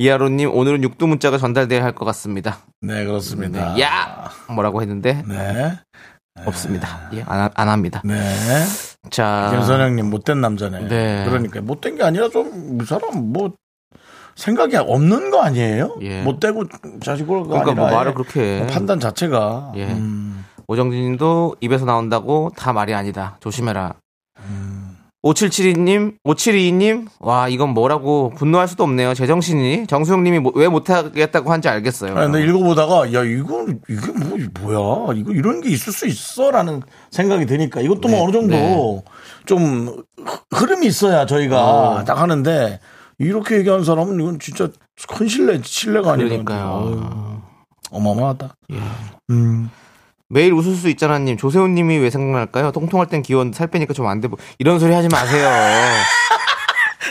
B: 이하로님 오늘은 육두 문자가 전달돼야 할 것 같습니다.
A: 네, 그렇습니다.
B: 야 뭐라고 했는데
A: 네,
B: 없습니다. 예, 안, 하- 안 합니다.
A: 네.
B: 자,
A: 김선영님 못된 남자네.
B: 아. 네.
A: 그러니까 못된 게 아니라 좀 이 사람 뭐 생각이 없는 거 아니에요?
B: 예.
A: 못되고 자식으로
B: 그러니까 뭐 말을 그렇게 해.
A: 예. 판단 자체가
B: 예.
A: 음,
B: 오정진님도 입에서 나온다고 다 말이 아니다. 조심해라.
A: 음.
B: 5772님, 5722님, 와, 이건 뭐라고 분노할 수도 없네요. 제정신이. 정수영님이 뭐- 왜 못하겠다고 한지 알겠어요.
A: 아니, 근데 네, 읽어보다가 야 이거 이게 뭐 뭐야 이거 이런 게 있을 수 있어라는 생각이 드니까 이것도 뭐 어느 정도
B: 네.
A: 좀 흐- 흐름이 있어야 저희가 딱 하는데 이렇게 얘기하는 사람은 이건 진짜 큰 신뢰 신뢰가 아니라
B: 그러니까요.
A: 어마어마하다.
B: 예.
A: 음.
B: 매일 웃을 수 있잖아님. 조세훈님이 왜 생각날까요? 통통할 땐 귀여운 살 빼니까 좀 안 돼. 보- 이런 소리 하지 마세요.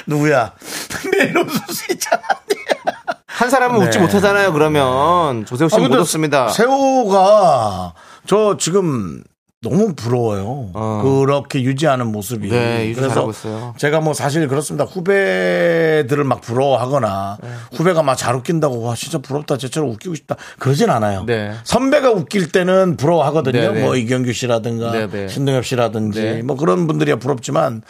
A: 누구야? 내일 웃을 수 있잖아.
B: 한 사람은 웃지
A: 네.
B: 못하잖아요. 그러면 조세호
A: 아,
B: 씨는
A: 근데
B: 못 웃습니다.
A: 세호가 저 지금 너무 부러워요.
B: 어.
A: 그렇게 유지하는 모습이.
B: 네, 유지 잘하고 있어요.
A: 제가 뭐 사실 그렇습니다. 후배들을 막 부러워하거나
B: 네.
A: 후배가 막 잘 웃긴다고 와 진짜 부럽다. 쟤처럼 웃기고 싶다. 그러진 않아요.
B: 네.
A: 선배가 웃길 때는 부러워하거든요.
B: 네, 네.
A: 뭐 이경규 씨라든가
B: 네, 네.
A: 신동엽 씨라든지
B: 네.
A: 뭐 그런 분들이야 부럽지만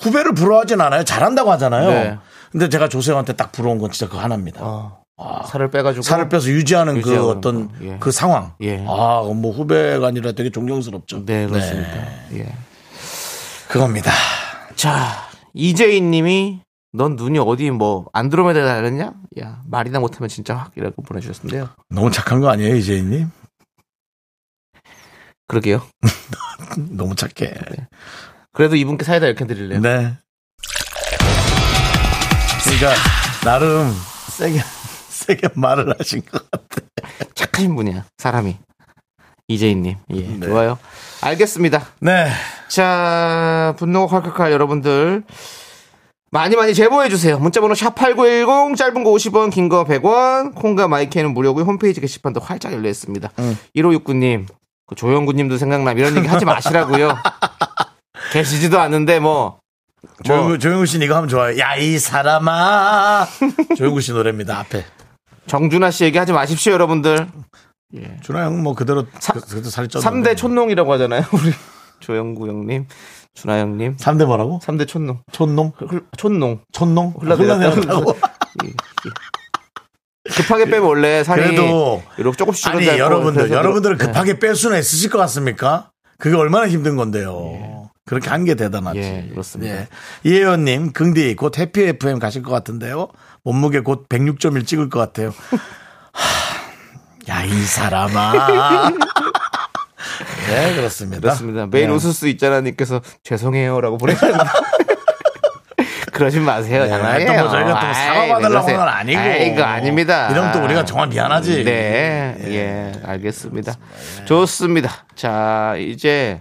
A: 후배를 부러워하진 않아요. 잘한다고 하잖아요.
B: 네. 어.
A: 근데 제가 조세호한테 딱 부러운 건 진짜 그거 하나입니다.
B: 살을 빼가지고.
A: 살을 빼서 유지하는 그
B: 유지하는
A: 어떤
B: 거, 예.
A: 그 상황.
B: 예.
A: 아, 뭐 후배가 아니라 되게 존경스럽죠.
B: 네, 그렇습니다. 예.
A: 그겁니다.
B: 자, 이재희 님이 넌 눈이 어디 뭐 안드로메다 달렸냐? 야, 말이나 못하면 진짜 확이라고 보내주셨는데요.
A: 너무 착한 거 아니에요, 이재희님?
B: 그러게요.
A: 너무 착해.
B: 그래도 이분께 사이다 이렇게 드릴래요.
A: 네. 그러니까 나름 세게 세게 말을 하신 것 같아.
B: 착하신 분이야, 사람이. 이재희 님. 예, 좋아요. 알겠습니다.
A: 네.
B: 자, 분노가 칼칼칼 여러분들. 많이 많이 제보해주세요. 문자번호 샵8910, 짧은 거 50원, 긴 거 100원, 콩과 마이크는 무료고요. 홈페이지 게시판도 활짝 열려있습니다. 1569님, 그 조영구님도 생각남 이런 얘기 하지 마시라고요. 계시지도 않는데 뭐.
A: 조용구, 조용구 씨는 이거 하면 좋아요. 야, 이 사람아. 조용구 씨 노래입니다, 앞에.
B: 정준하 씨 얘기하지 마십시오, 여러분들.
A: 준하 형은 뭐 그대로,
B: 삼-
A: 그, 그대로 살이 쪘는데.
B: 3대 촌농이라고 하잖아요. 우리 조영구 형님, 준하 형님.
A: 3대 뭐라고?
B: 3대 촌농.
A: 촌놈?
B: 흘- 촌농.
A: 촌놈?
B: 흘러내렸다고.
A: 흘러내렸다고.
B: 예, 예. 급하게 빼면 원래 살이
A: 그래도
B: 이렇게 조금씩
A: 아니
B: 줄어들고 네.
A: 여러분들
B: 그래서
A: 여러분들은
B: 그렇-
A: 급하게 뺄 수는 있으실 것 같습니까? 그게 얼마나 힘든 건데요. 그렇게 한 게 대단하지.
B: 예, 그렇습니다.
A: 예. 이혜연님, 긍디 곧 해피 FM 가실 것 같은데요. 몸무게 곧 106.1 찍을 것 같아요. 야 이 사람아. 네 그렇습니다.
B: 그렇습니다. 매일
A: 네.
B: 웃을 수 있잖아님께서 죄송해요라고 보내셨는데 그러지 마세요.
A: 네,
B: 장난이에요.
A: 하여튼 뭐 저희가 또
B: 아이,
A: 사과받으려고
B: 왜
A: 하는 건
B: 그러세요.
A: 아니고.
B: 아이, 이거 아닙니다.
A: 이러면 또 우리가 정말 미안하지. 예.
B: 네, 예, 알겠습니다. 좋습니다. 자, 이제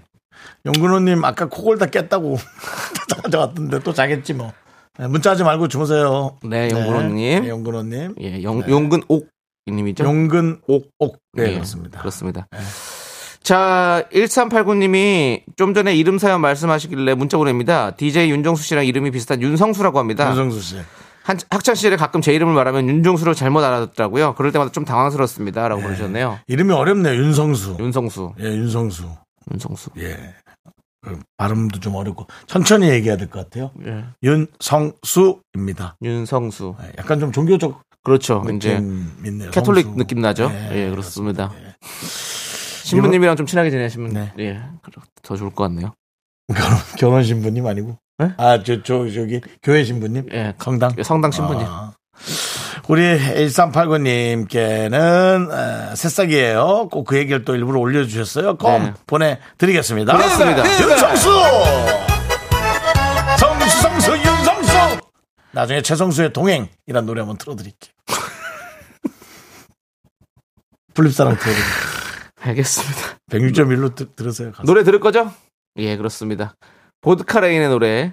A: 용근호님 아까 코골다 깼다고 가져왔던데 또 자겠지 뭐. 네, 문자하지 말고 주무세요.
B: 네, 용근호님.
A: 네, 용근호님. 네.
B: 예, 용, 용근 옥님이죠.
A: 용근 옥옥. 네,
B: 예,
A: 그렇습니다. 네.
B: 그렇습니다. 자, 1389님이 좀 전에 이름 사연 말씀하시길래 문자 보냅니다. DJ 윤정수 씨랑 이름이 비슷한 윤성수라고 합니다.
A: 윤성수 씨.
B: 한, 학창 시절에 가끔 제 이름을 말하면 윤종수로 잘못 알아듣더라고요. 그럴 때마다 좀 당황스럽습니다라고 보내셨네요.
A: 이름이 어렵네요. 윤성수.
B: 윤성수,
A: 예, 윤성수.
B: 윤성수.
A: 예. 그 발음도 좀 어렵고 천천히 얘기해야 될 것 같아요.
B: 예.
A: 윤성수입니다.
B: 윤성수.
A: 예, 약간 좀 종교적
B: 그렇죠. 이제
A: 느낌 있네요.
B: 캐톨릭
A: 성수.
B: 느낌 나죠.
A: 예,
B: 예, 그렇습니다. 신부님이랑 좀 친하게 지내시면 예, 그렇- 더 좋을 것 같네요.
A: 결혼, 결혼 신부님 아니고.
B: 예?
A: 아, 저, 저, 저기 교회 신부님?
B: 예,
A: 성당?
B: 성당 신부님.
A: 아. 우리 1389님께는 에, 새싹이에요. 꼭 그 얘기를 또 일부러 올려주셨어요. 껌
B: 네.
A: 보내드리겠습니다.
B: 보내드립니다.
A: 윤성수! 성수, 성수, 윤성수! 나중에 최성수의 동행이란 노래 한번 틀어드릴게요. 불립사랑 틀어드릴게요.
B: 알겠습니다.
A: 106.1로 들으세요. 가서.
B: 노래 들을 거죠? 예, 그렇습니다. 보드카레인의 노래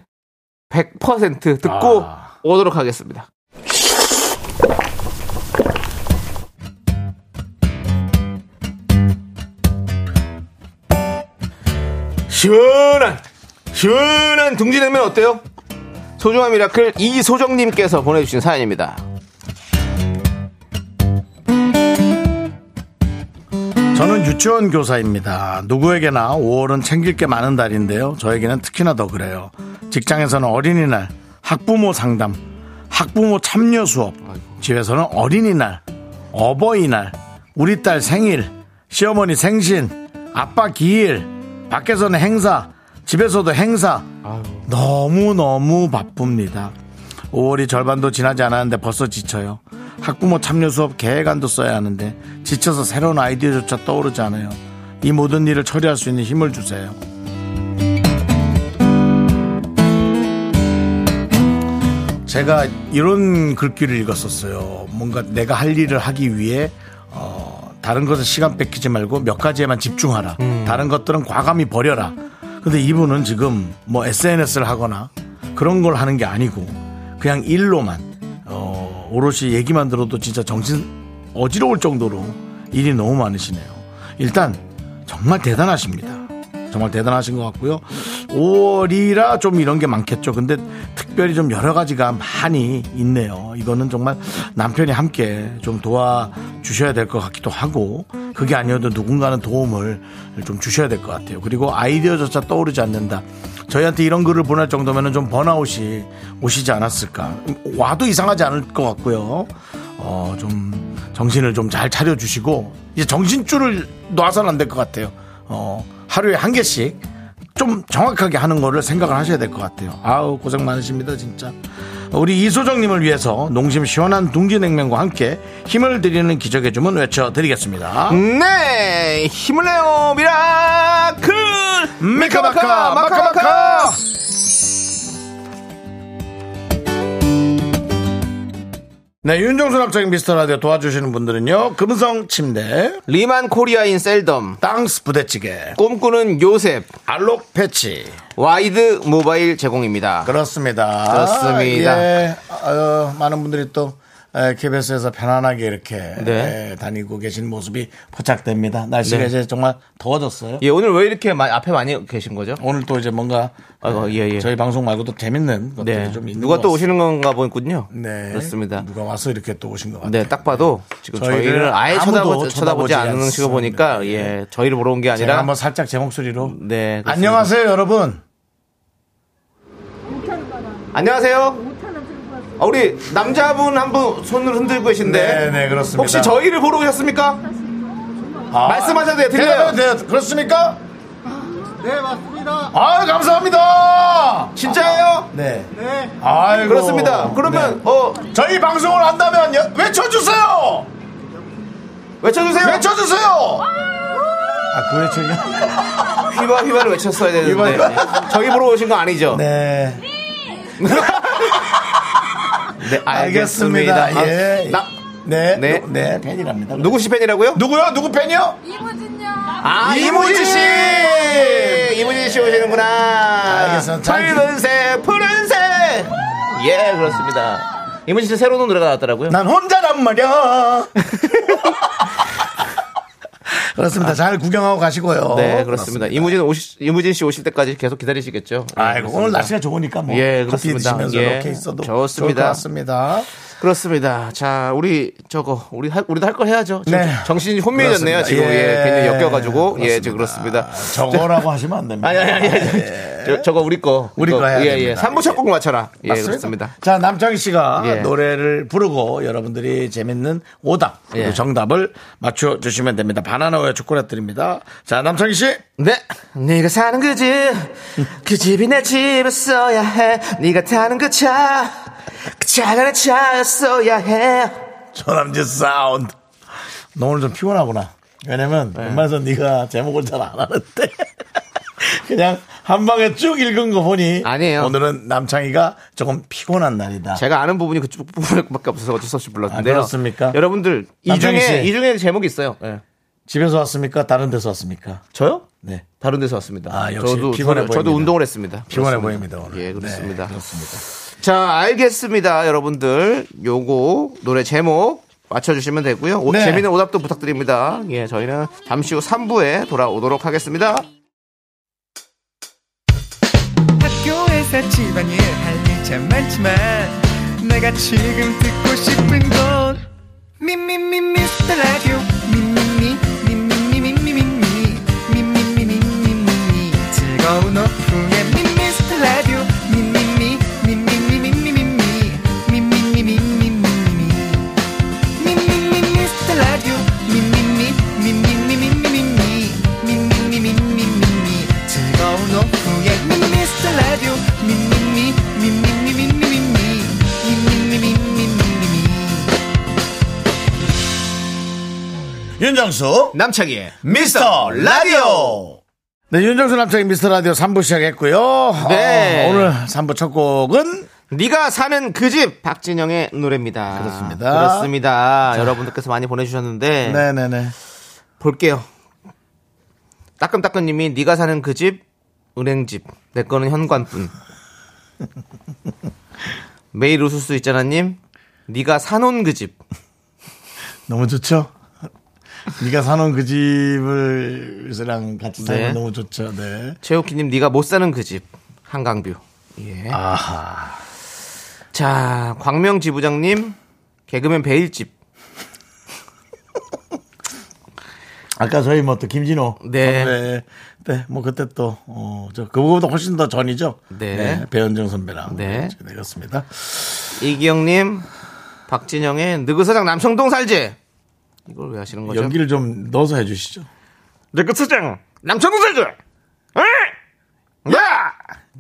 B: 100% 듣고 오도록 하겠습니다. 시원한 시원한 둥지냉면 어때요? 소중한 미라클 이소정님께서 보내주신 사연입니다.
A: 저는 유치원 교사입니다. 누구에게나 5월은 챙길 게 많은 달인데요. 저에게는 특히나 더 그래요. 직장에서는 어린이날, 학부모 상담, 학부모 참여 수업, 집에서는 어린이날, 어버이날, 우리 딸 생일, 시어머니 생신, 아빠 기일, 밖에서는 행사, 집에서도 행사. 너무너무 바쁩니다. 5월이 절반도 지나지 않았는데 벌써 지쳐요. 학부모 참여 수업 계획안도 써야 하는데 지쳐서 새로운 아이디어조차 떠오르지 않아요. 이 모든 일을 처리할 수 있는 힘을 주세요. 제가 이런 글귀를 읽었었어요. 뭔가 내가 할 일을 하기 위해 어, 다른 것에 시간 뺏기지 말고 몇 가지에만 집중하라. 다른 것들은 과감히 버려라. 근데 이분은 지금 뭐 SNS를 하거나 그런 걸 하는 게 아니고 그냥 일로만 어, 오롯이 얘기만 들어도 진짜 정신 어지러울 정도로 일이 너무 많으시네요. 일단 정말 대단하십니다. 정말 대단하신 것 같고요. 5월이라 좀 이런 게 많겠죠. 근데 특별히 좀 여러 가지가 많이 있네요. 이거는 정말 남편이 함께 좀 도와주셔야 될 것 같기도 하고, 그게 아니어도 누군가는 도움을 좀 주셔야 될 것 같아요. 그리고 아이디어조차 떠오르지 않는다. 저희한테 이런 글을 보낼 정도면 좀 번아웃이 오시지 않았을까. 와도 이상하지 않을 것 같고요. 어, 좀 정신을 좀 잘 차려주시고, 이제 정신줄을 놔서는 안 될 것 같아요. 어, 하루에 한 개씩 좀 정확하게 하는 거를 생각을 하셔야 될 것 같아요. 아우, 고생 많으십니다, 진짜. 우리 이소정님을 위해서 농심 시원한 둥지냉면과 함께 힘을 드리는 기적의 주문 외쳐드리겠습니다.
B: 네, 힘을 내요 미라클
A: 미카마카, 마카마카! 네, 윤종수 남창인 미스터 라디오 도와주시는 분들은요, 금성 침대,
B: 리만 코리아인 셀덤
A: 땅스 부대찌개,
B: 꿈꾸는 요셉
A: 알록 패치,
B: 와이드 모바일 제공입니다.
A: 그렇습니다.
B: 그렇습니다.
A: 예, 어, 많은 분들이 또 에, KBS에서 편안하게 이렇게
B: 네.
A: 에, 다니고 계신 모습이 포착됩니다. 날씨가
B: 네.
A: 이제 정말 더워졌어요.
B: 예, 오늘 왜 이렇게 많이- 앞에 많이 계신 거죠?
A: 오늘 또 이제 뭔가 어,
B: 아이고, 예, 예.
A: 네. 저희 방송 말고도 재밌는 것들이
B: 네.
A: 좀 있는
B: 누가
A: 것
B: 또
A: 같습니다.
B: 오시는 건가 보군요.
A: 네.
B: 그렇습니다.
A: 누가 와서 이렇게 또 오신 것 같아요.
B: 네, 딱 봐도 지금
A: 저희를
B: 저희를 아예
A: 아무도
B: 쳐다보,
A: 쳐다보지
B: 쳐다보지 않는
A: 않습니다.
B: 식으로
A: 네.
B: 보니까 예, 저희를 보러 온 게
A: 제가
B: 아니라
A: 한번 살짝 제 목소리로
B: 네, 그렇습니다.
A: 안녕하세요 여러분.
B: 안녕하세요. 아, 우리 남자분 한 분 손을 흔들고 계신데
A: 네, 네, 그렇습니다.
B: 혹시 저희를 보러 오셨습니까?
A: 아,
B: 말씀하셔도 돼요. 들려요.
A: 돼요, 돼요. 그렇습니까? 네 맞습니다. 아 감사합니다.
B: 진짜예요?
A: 네. 아이고.
B: 그렇습니다. 그러면
A: 네.
B: 어
A: 저희 방송을 한다면 여- 외쳐주세요!
B: 외쳐주세요.
A: 외쳐주세요! 아, 그 외쳐요?
B: 휘바 휘바를 외쳤어야 되는데
A: 휘바, 휘바.
B: 네. 저희 보러 오신 거 아니죠?
A: 네.
B: 네,
A: 알겠습니다. 예.
B: 아, 나-
A: 네.
B: 네.
A: 누- 네, 팬이랍니다.
B: 누구 씨 팬이라고요?
A: 누구요? 누구 팬이요?
B: 아,
A: 이무진
B: 이무진 씨! 이무진 씨 오시는구나.
A: 알겠습니다.
B: 붉은색, 푸른색! 예, 그렇습니다. 이무진 씨 새로운 노래가 나왔더라고요.
A: 난 혼자란 말이야. 그렇습니다. 잘 구경하고 가시고요.
B: 아. 네, 그렇습니다. 이무진 오시, 이무진 씨 오실 때까지 계속 기다리시겠죠? 네,
A: 아이고, 오늘
B: 그렇습니다.
A: 날씨가 좋으니까 뭐.
B: 예,
A: 커피
B: 그렇습니다.
A: 드시면서
B: 예.
A: 이렇게 있어도. 좋을
B: 좋습니다.
A: 것 같습니다.
B: 그렇습니다. 자, 우리 저거, 우리 할, 우리도 할 걸 해야죠. 지금
A: 네.
B: 정신이 혼미해졌네요.
A: 그렇습니다.
B: 지금 예, 굉장히 엮여가지고. 예,
A: 그렇습니다.
B: 지금 그렇습니다.
A: 저거라고 하시면 안 됩니다.
B: 아니, 아니, 아니. 아니. 저, 저거 우리 거.
A: 예. 우리
B: 이거,
A: 거 해야
B: 예, 예.
A: 됩니다.
B: 3부 첫 곡 맞춰라. 예,
A: 맞습니다.
B: 그렇습니다.
A: 자, 남창희 씨가
B: 예.
A: 노래를 부르고 여러분들이 재밌는 오답, 그리고
B: 예.
A: 정답을 맞춰주시면 됩니다. 바나나와 초콜릿 드립니다. 자, 남창희 씨.
B: 네. 네가 사는 그 집, 그 집이 내 집이었어야 해. 네가 타는 그 차, 그 차가 내 차였어야 해.
A: 조남지 사운드. 너 오늘 좀 피곤하구나. 왜냐면 웬만해서 네가 제목을 잘 안 하는데 그냥 한 방에 쭉 읽은 거 보니
B: 아니에요.
A: 오늘은 남창희가 조금 피곤한 날이다.
B: 제가 아는 부분이 그쪽 부분밖에 없어서 어쩔 수 없이 불렀는데요.
A: 아, 그렇습니까?
B: 여러분들 이
A: 남창희
B: 중에
A: 씨.
B: 이 중에 제목이 있어요. 예.
A: 집에서 왔습니까? 다른 데서 왔습니까?
B: 저요?
A: 네.
B: 다른 데서 왔습니다.
A: 아, 역시
B: 저도
A: 피곤해
B: 저도, 저도
A: 보입니다.
B: 운동을 했습니다.
A: 피곤해
B: 그렇습니다.
A: 보입니다 오늘.
B: 예, 그렇습니다.
A: 네, 그렇습니다.
B: 자, 알겠습니다, 여러분들. 요거 노래 제목 맞춰주시면 되고요. 오,
A: 네.
B: 재미있는 오답도 부탁드립니다. 예, 저희는 잠시 후 3부에 돌아오도록 하겠습니다.
F: 학교에서 집안일 할 일 참 많지만 내가 지금 듣고 싶은 건 미미미 미스터 라디오 미미미 미미미 미미미 미미미 미미미 즐거운 오후에 미스터 라디오 미미미 미미미 미미미 미미미 미미미
A: 윤정수
B: 남창희의
A: 미스터 라디오. 네, 윤정수 남창희 미스터 라디오 3부 시작했고요.
B: 네.
A: 어, 오늘 3부 첫 곡은
B: 네가 사는 그 집 박진영의 노래입니다.
A: 그렇습니다.
B: 그렇습니다. 여러분들께서 많이 보내주셨는데
A: 네네네.
B: 볼게요. 따끔따끔님이 네가 사는 그 집 은행집 내 거는 현관뿐. 매일 웃을 수 있잖아님. 네가 사놓은 그 집.
A: 너무 좋죠? 네가 사놓은 그 집을 이랑 같이 살면
B: 네.
A: 너무 좋죠. 네.
B: 최욱희님 네가 못 사는 그 집. 한강뷰. 예. 자 광명 지부장님 개그맨 베일 집.
A: 아까 저희 뭐 또 김진호.
B: 네.
A: 선배 때, 뭐 그때 또, 어, 저, 그거보다 훨씬 더 전이죠.
B: 네.
A: 배현정 선배랑.
B: 네.
A: 네, 그렇습니다.
B: 이기영님, 박진영의 느그서장 남청동 살지. 이걸 왜 하시는 거죠?
A: 연기를 좀 넣어서 해주시죠.
B: 느그서장 남청동 살지. 에? 야!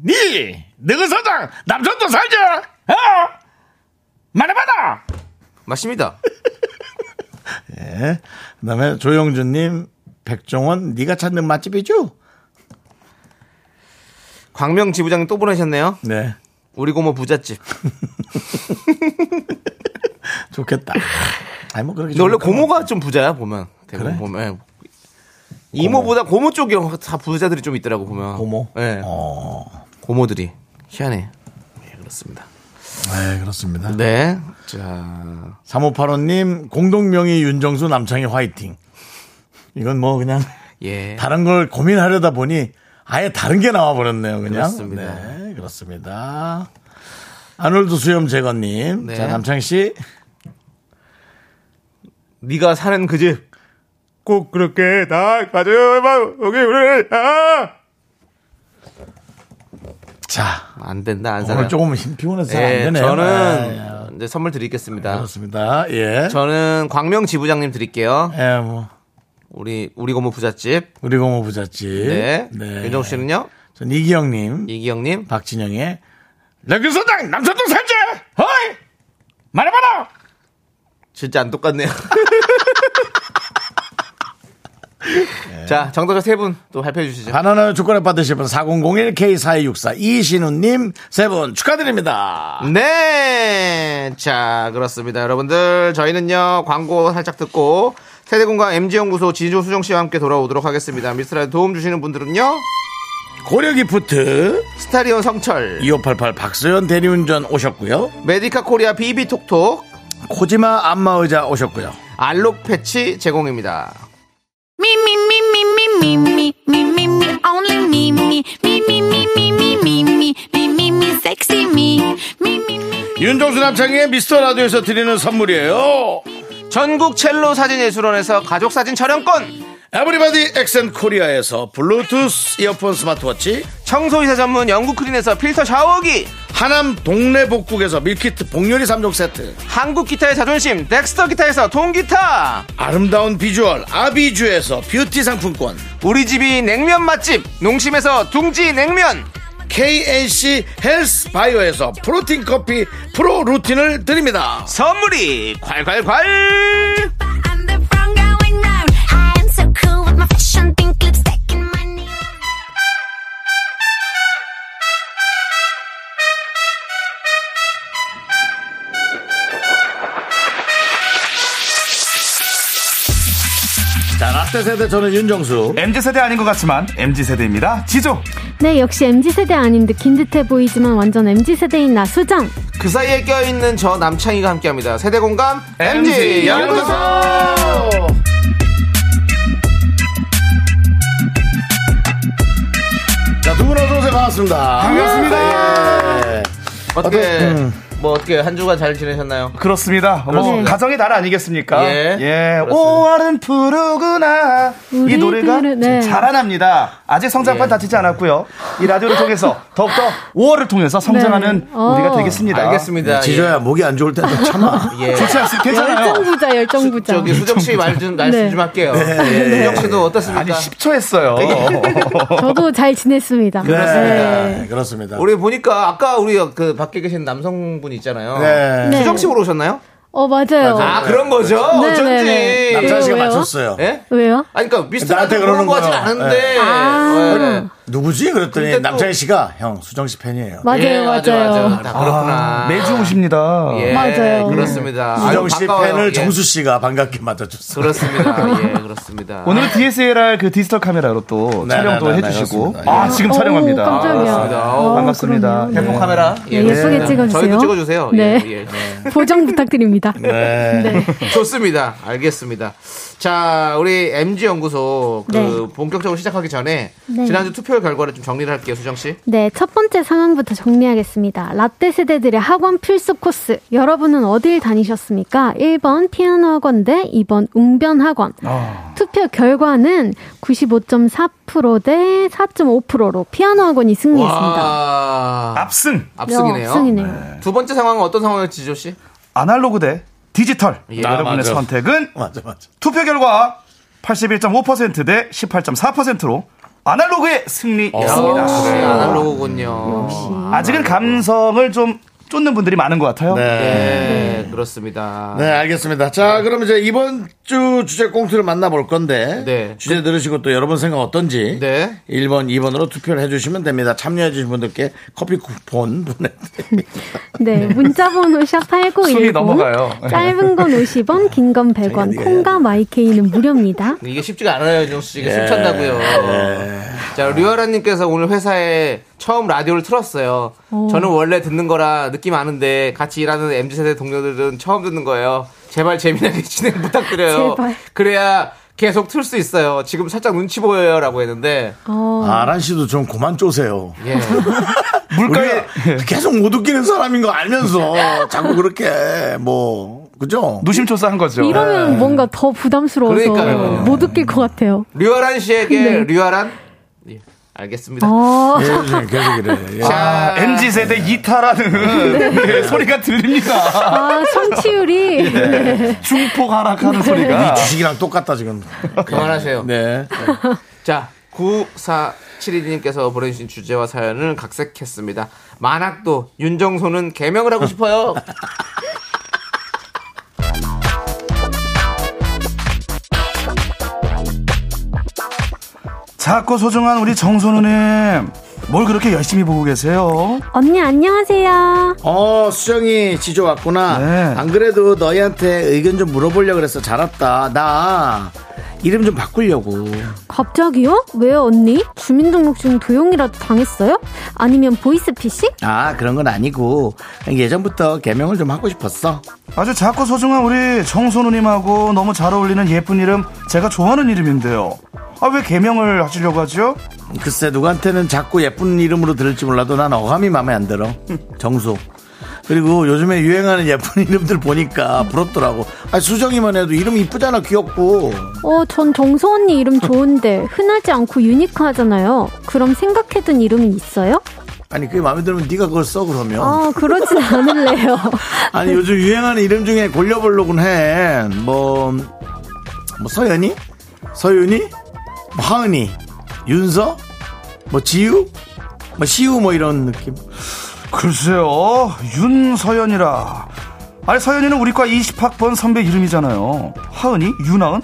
A: 니! 너그 서장! 남천도 살자! 어! 말해봐라!
B: 맞습니다.
A: 예. 그 다음에 조영준님, 백종원, 네가 찾는 맛집이죠?
B: 광명 지부장님 또 보내셨네요.
A: 네.
B: 우리 고모 부잣집.
A: 좋겠다. 아니, 뭐 그렇게
B: 근데 원래
A: 좋을까?
B: 고모가 좀 부자야 보면. 대부분
A: 그래?
B: 보면. 예. 이모보다 고모 쪽이 다 부자들이 좀 있더라고 보면.
A: 고모? 어.
B: 예. 고모들이 희한해. 예, 그렇습니다.
A: 네, 그렇습니다.
B: 네. 자,
A: 3585님, 공동명의 윤정수 남창희 화이팅. 이건 뭐 그냥
B: 예.
A: 다른 걸 고민하려다 보니 아예 다른 게 나와버렸네요, 그냥.
B: 그렇습니다.
A: 네, 그렇습니다. 아놀드 수염 제거님.
B: 네.
A: 자, 남창희 씨.
B: 네가 사는 그 집.
A: 꼭 그렇게 다 가져요. 뭐, 여기 우리. 아! 자,
B: 안 된다, 안 살아.
A: 오늘 어, 조금 힘 피곤해서 잘안
B: 예,
A: 되네요. 아,
B: 저는 이제 선물 드리겠습니다.
A: 그렇습니다. 예.
B: 저는 광명 지부장님 드릴게요.
A: 예, 뭐
B: 우리 우리 고모 부잣집.
A: 우리 고모 부잣집.
B: 네. 윤정 씨는요?
A: 전 이기영님,
B: 이기영님.
A: 박진영의 레귤 소장 남산동 산재. 허이 말해봐라.
B: 진짜 안 똑같네요. 자, 정답자 세 분 또 발표해 주시죠.
A: 바나나 조건을 받으실 분 4001K4264 이신우님 세 분 축하드립니다.
B: 네. 자, 그렇습니다. 여러분들, 저희는요, 광고 살짝 듣고, 세대공감 MG연구소 진조 수정 씨와 함께 돌아오도록 하겠습니다. 미스터라이드 도움 주시는 분들은요,
A: 고려기프트
B: 스타리온 성철,
A: 2588 박소연 대리운전 오셨고요.
B: 메디카 코리아 비비톡톡,
A: 코지마 안마의자 오셨고요.
B: 알록 패치 제공입니다.
E: Me, me, me, me, me, me, me, me, me, me, only me, me, me, me, me, me, me, me, me, me, me, me, sexy me, me, me, me.
A: 윤종수 남창의 미스터 라디오에서 드리는 선물이에요.
B: 전국 첼로 사진 예술원에서 가족 사진 촬영권,
A: 에브리바디 엑센 코리아에서 블루투스 이어폰 스마트워치,
B: 청소이사 전문 영국 크린에서 필터 샤워기,
A: 하남 동네 복국에서 밀키트 복요리 3종 세트,
B: 한국 기타의 자존심, 덱스터 기타에서 통기타,
A: 아름다운 비주얼 아비주에서 뷰티 상품권,
B: 우리 집이 냉면 맛집, 농심에서 둥지 냉면,
A: KNC 헬스 바이오에서 프로틴 커피 프로 루틴을 드립니다.
B: 선물이 콸콸콸!
E: I'm the front going round. I am so cool with my fashion, pink lipstick and my neon.
A: 자, 라떼 세대 저는 윤정수.
G: MZ세대 아닌 것 같지만 MZ세대입니다. 지조!
H: 네, 역시 MZ세대 아닌 듯 긴 듯해 보이지만 완전 MZ세대인 나 수정.
B: 그 사이에 껴있는 저 남창희가 함께합니다. 세대 공감 MG
G: MG
B: 연구소.
A: 자, 두 분 어서오세요. 반갑습니다. 네. 반갑습니다.
B: 어떻게 뭐 어떻게 한 주간 잘 지내셨나요?
G: 그렇습니다. 뭐,
H: 그렇습니다.
G: 가정의 달 아니겠습니까?
B: 예.
G: 예.
B: 그렇습니다.
G: 오월은 푸르구나. 이
H: 우리들은-
G: 노래가
H: 네.
G: 자라납니다. 아직 성장판
B: 예.
G: 다치지 않았고요. 이 라디오를 통해서 더욱더 5월을 통해서 성장하는
H: 네. 어.
G: 우리가 되겠습니다.
A: 네,
B: 알겠습니다.
A: 지조야, 목이 안 좋을 때도 참아.
B: 예. 예.
G: 좋지 않습니까? 괜찮아요.
H: 열정부자, 열정부자.
B: 저기 수정 씨 말 좀 말씀
H: 네.
B: 좀 할게요. 예, 수정 씨도 어떻습니까?
G: 아니 10초 했어요.
B: 예.
H: 저도 잘 지냈습니다.
A: 그렇습니다.
H: 네.
A: 네, 그렇습니다.
B: 우리 보니까 아까 우리 그 밖에 계신 남성분 있잖아요.
A: 네.
H: 네.
B: 수정 씨 보러 오셨나요?
H: 어, 맞아요.
B: 아 그런 거죠. 어쩐지.
H: 네, 네, 네.
A: 남자 씨가
H: 왜요?
A: 맞췄어요.
B: 예?
H: 왜요?
B: 아니 그러니까 미스터
A: 나한테
B: 나한테
A: 그러는
B: 그런 거 하진
A: 거야.
B: 않은데.
H: 아.
B: 예.
A: 누구지? 그랬더니
B: 근데 또-
A: 남창희 씨가 형 수정 씨 팬이에요.
H: 맞아요,
B: 예,
H: 맞아요.
B: 다 그렇구나.
G: 아, 매주 오십니다.
B: 예,
H: 맞아요. 네.
B: 그렇습니다. 아유,
A: 수정 씨
B: 반가워요.
A: 팬을
B: 예.
A: 정수 씨가 반갑게 맞아줬어요.
B: 그렇습니다. 예, 그렇습니다.
G: 오늘 은 DSLR 그 디지털 카메라로 또
A: 네,
G: 촬영도
A: 네, 네,
G: 해주시고
A: 그렇습니다.
G: 아 지금
H: 오,
G: 촬영합니다. 아,
H: 깜짝이야.
B: 그렇습니다.
H: 어,
G: 반갑습니다.
H: 그럼요.
B: 핸폰 카메라
H: 예, 예쁘게 찍어주세요.
B: 아, 저희도 찍어주세요.
H: 네.
B: 예, 예.
H: 보정 부탁드립니다.
A: 네.
H: 네.
B: 좋습니다. 알겠습니다. 자, 우리 MG 연구소 그
H: 네.
B: 본격적으로 시작하기 전에
H: 네.
B: 지난주 투표 결과를 좀 정리를 할게요, 수정 씨.
H: 네, 첫 번째 상황부터 정리하겠습니다. 라떼 세대들의 학원 필수 코스. 여러분은 어딜 다니셨습니까? 1번 피아노 학원 대 2번 웅변 학원. 투표 결과는 95.4% 대 4.5%로 피아노 학원이 승리했습니다. 아,
B: 와,
G: 압승
B: 압승이네요.
H: 승이네요.
B: 두 번째 상황은 어떤 상황이었지, 조 씨?
G: 아날로그 대 디지털
B: 예.
G: 여러분의
A: 아, 맞아.
G: 선택은
A: 맞아, 맞아.
G: 투표 결과 81.5%대 18.4%로 어, 아날로그의 승리였습니다.
B: 역시 어. 아날로그군요.
G: 아직은 감성을 좀 쫓는 분들이 많은 것 같아요.
B: 네, 그렇습니다.
A: 네, 알겠습니다. 자, 그럼 이제 이번 주 주제 꽁트를 만나볼 건데
B: 네.
A: 주제 들으시고 또 여러분 생각 어떤지
B: 네.
A: 1번, 2번으로 투표를 해주시면 됩니다. 참여해주신 분들께 커피 쿠폰 보내드립니다.
H: 네, 문자번호 샵 8910.
G: 숨이 넘어가요.
H: 짧은 건 50원, 긴 건 100원, 콩과 마이케이는 무료입니다.
B: 이게 쉽지가 않아요, 윤정수 씨. 이게 숨찬다고요. 자, 류아라님께서 오늘 회사에 처음 라디오를 틀었어요. 저는 원래 듣는 거라 느낌 아는데 같이 일하는 MZ세대 동료들은 처음 듣는 거예요. 제발 재미나게 진행 부탁드려요.
H: 제발.
B: 그래야 계속 틀 수 있어요. 지금 살짝 눈치 보여요. 라고 했는데.
H: 어,
A: 아란 씨도 좀 그만 쪼세요.
B: 예.
G: 물가에
A: 우리가 계속 못 웃기는 사람인 거 알면서 자꾸 그렇게 뭐 그죠?
G: 누심초사한 거죠.
H: 이러면 뭐 뭔가 더 부담스러워서
B: 그러니까요.
H: 못 웃길 것 같아요.
B: 류아란 씨에게
H: 네.
B: 류아란? 예, 알겠습니다.
H: 어.
A: 예, 계속 이래. 예.
B: 자,
G: MZ 세대 이탈하는 네, 소리가 들립니다.
H: 아, 청취율이. 네.
G: 중폭 하락하는 소리가.
A: 주식이랑 똑같다 지금.
B: 그만하세요.
A: 네.
B: 자, 9472님께서 보내주신 주제와 사연을 각색했습니다. 만학도 윤정소는 개명을 하고 싶어요.
G: 작고 소중한 우리 정소 누님, 뭘 그렇게 열심히 보고 계세요?
H: 언니, 안녕하세요.
A: 어 수정이 지조 왔구나.
G: 네.
A: 안 그래도 너희한테 의견 좀 물어보려 고 그래서 잘 왔다. 나 이름 좀 바꾸려고.
H: 갑자기요? 왜요, 언니? 주민등록증 도용이라도 당했어요? 아니면 보이스피싱?
A: 아 그런 건 아니고 예전부터 개명을 좀 하고 싶었어.
G: 아주 작고 소중한 우리 정소 누님하고 너무 잘 어울리는 예쁜 이름, 제가 좋아하는 이름인데요. 아, 왜 개명을 하시려고 하죠?
A: 글쎄 누구한테는 자꾸 예쁜 이름으로 들을지 몰라도 난 어감이 마음에 안 들어. 정수. 그리고 요즘에 유행하는 예쁜 이름들 보니까 부럽더라고. 아 수정이만 해도 이름 이쁘잖아 귀엽고.
H: 어, 전 정소 언니 이름 좋은데 흔하지 않고 유니크하잖아요. 그럼 생각해둔 이름이 있어요?
A: 아니 그게 마음에 들면 네가 그걸 써 그러면.
H: 아, 그러진 않을래요.
A: 아니 요즘 유행하는 이름 중에 골려보려곤 해. 뭐, 뭐 서연이, 서윤이, 뭐 하은이, 윤서, 뭐 지유, 뭐 시우 뭐 이런 느낌.
G: 글쎄요, 윤서연이라. 아니, 서연이는 우리과 20학번 선배 이름이잖아요. 화은이? 유나은?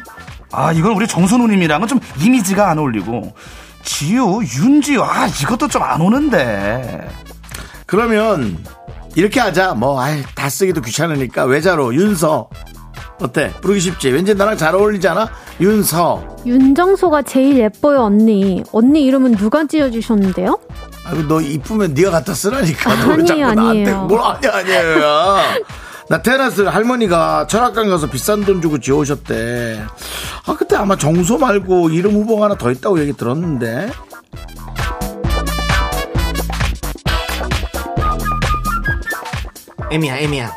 G: 아, 이건 우리 정선우님이랑은 좀 이미지가 안 어울리고. 지우, 윤지우, 아, 이것도 좀 안 오는데.
A: 그러면 이렇게 하자. 뭐, 아이, 다 쓰기도 귀찮으니까 외자로 윤서. 어때? 부르기 쉽지? 왠지 나랑 잘 어울리지 않아? 윤서.
H: 윤정소가 제일 예뻐요, 언니. 언니 이름은 누가 지어주셨는데요?
A: 아이고, 너 이쁘면 네가 갖다 쓰라니까. 너왜
H: 아니에요, 아니에요.
A: 나한테 뭘 아니야, 아니야. 나 테라스 할머니가 철학관 가서 비싼 돈 주고 지어오셨대. 아, 그때 아마 정소 말고 이름 후보가 하나 더 있다고 얘기 들었는데.
B: 애미야, 애미야.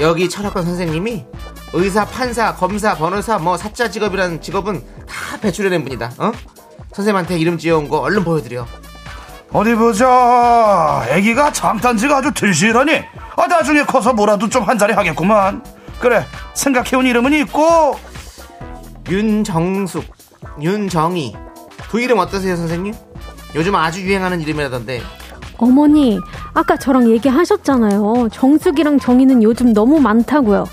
B: 여기 철학관 선생님이 의사, 판사, 검사, 변호사, 뭐 사자 직업이라는 직업은 다 배출해낸 분이다. 어? 선생님한테 이름 지어온 거 얼른 보여드려.
G: 어디 보자. 애기가 장단지가 아주 들실하니. 아, 나중에 커서 뭐라도 좀 한 자리 하겠구만. 그래, 생각해온 이름은 있고.
B: 윤정숙, 윤정희. 두 이름 어떠세요, 선생님? 요즘 아주 유행하는 이름이라던데.
H: 어머니, 아까 저랑 얘기하셨잖아요. 정숙이랑 정희는 요즘 너무 많다고요.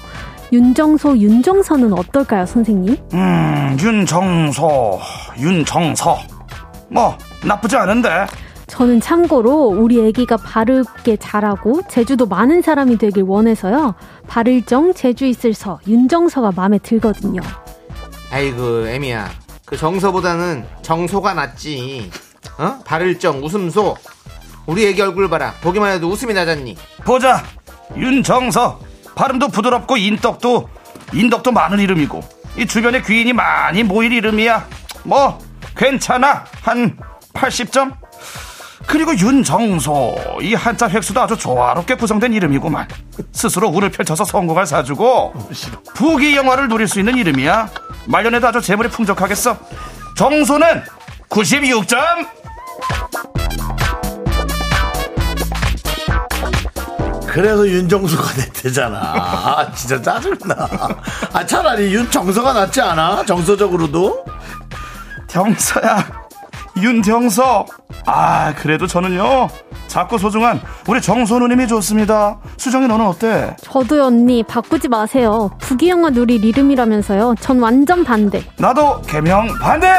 H: 윤정소, 윤정서는 어떨까요, 선생님?
G: 음, 윤정서, 윤정서. 뭐, 나쁘지 않은데.
H: 저는 참고로 우리 애기가 바르게 자라고 제주도 많은 사람이 되길 원해서요. 바를정, 제주 있을 서, 윤정서가 마음에 들거든요.
B: 아이고, 애미야. 그 정서보다는 정소가 낫지. 어? 발을정, 웃음소. 우리 애기 얼굴 봐라. 보기만 해도 웃음이 나잖니.
G: 보자. 윤정서. 발음도 부드럽고 인덕도 인덕도 많은 이름이고 이 주변에 귀인이 많이 모일 이름이야. 뭐 괜찮아. 한 80점. 그리고 윤정소 이 한자 획수도 아주 조화롭게 구성된 이름이구만 스스로 운을 펼쳐서 성공을 사주고 부귀 영화를 누릴 수 있는 이름이야 말년에도 아주 재물이 풍족하겠어 정소는 96점
A: 그래서 윤정수가 됐대잖아. 아, 진짜 짜증나. 아, 차라리 윤정서가 낫지 않아? 정서적으로도?
G: 경서야 윤경서 아 그래도 저는요 작고 소중한 우리 정선우님이 좋습니다 수정이 너는 어때
H: 저도요, 언니. 바꾸지 마세요. 부귀영화 누릴 이름이라면서요. 전 완전 반대.
G: 나도 개명 반대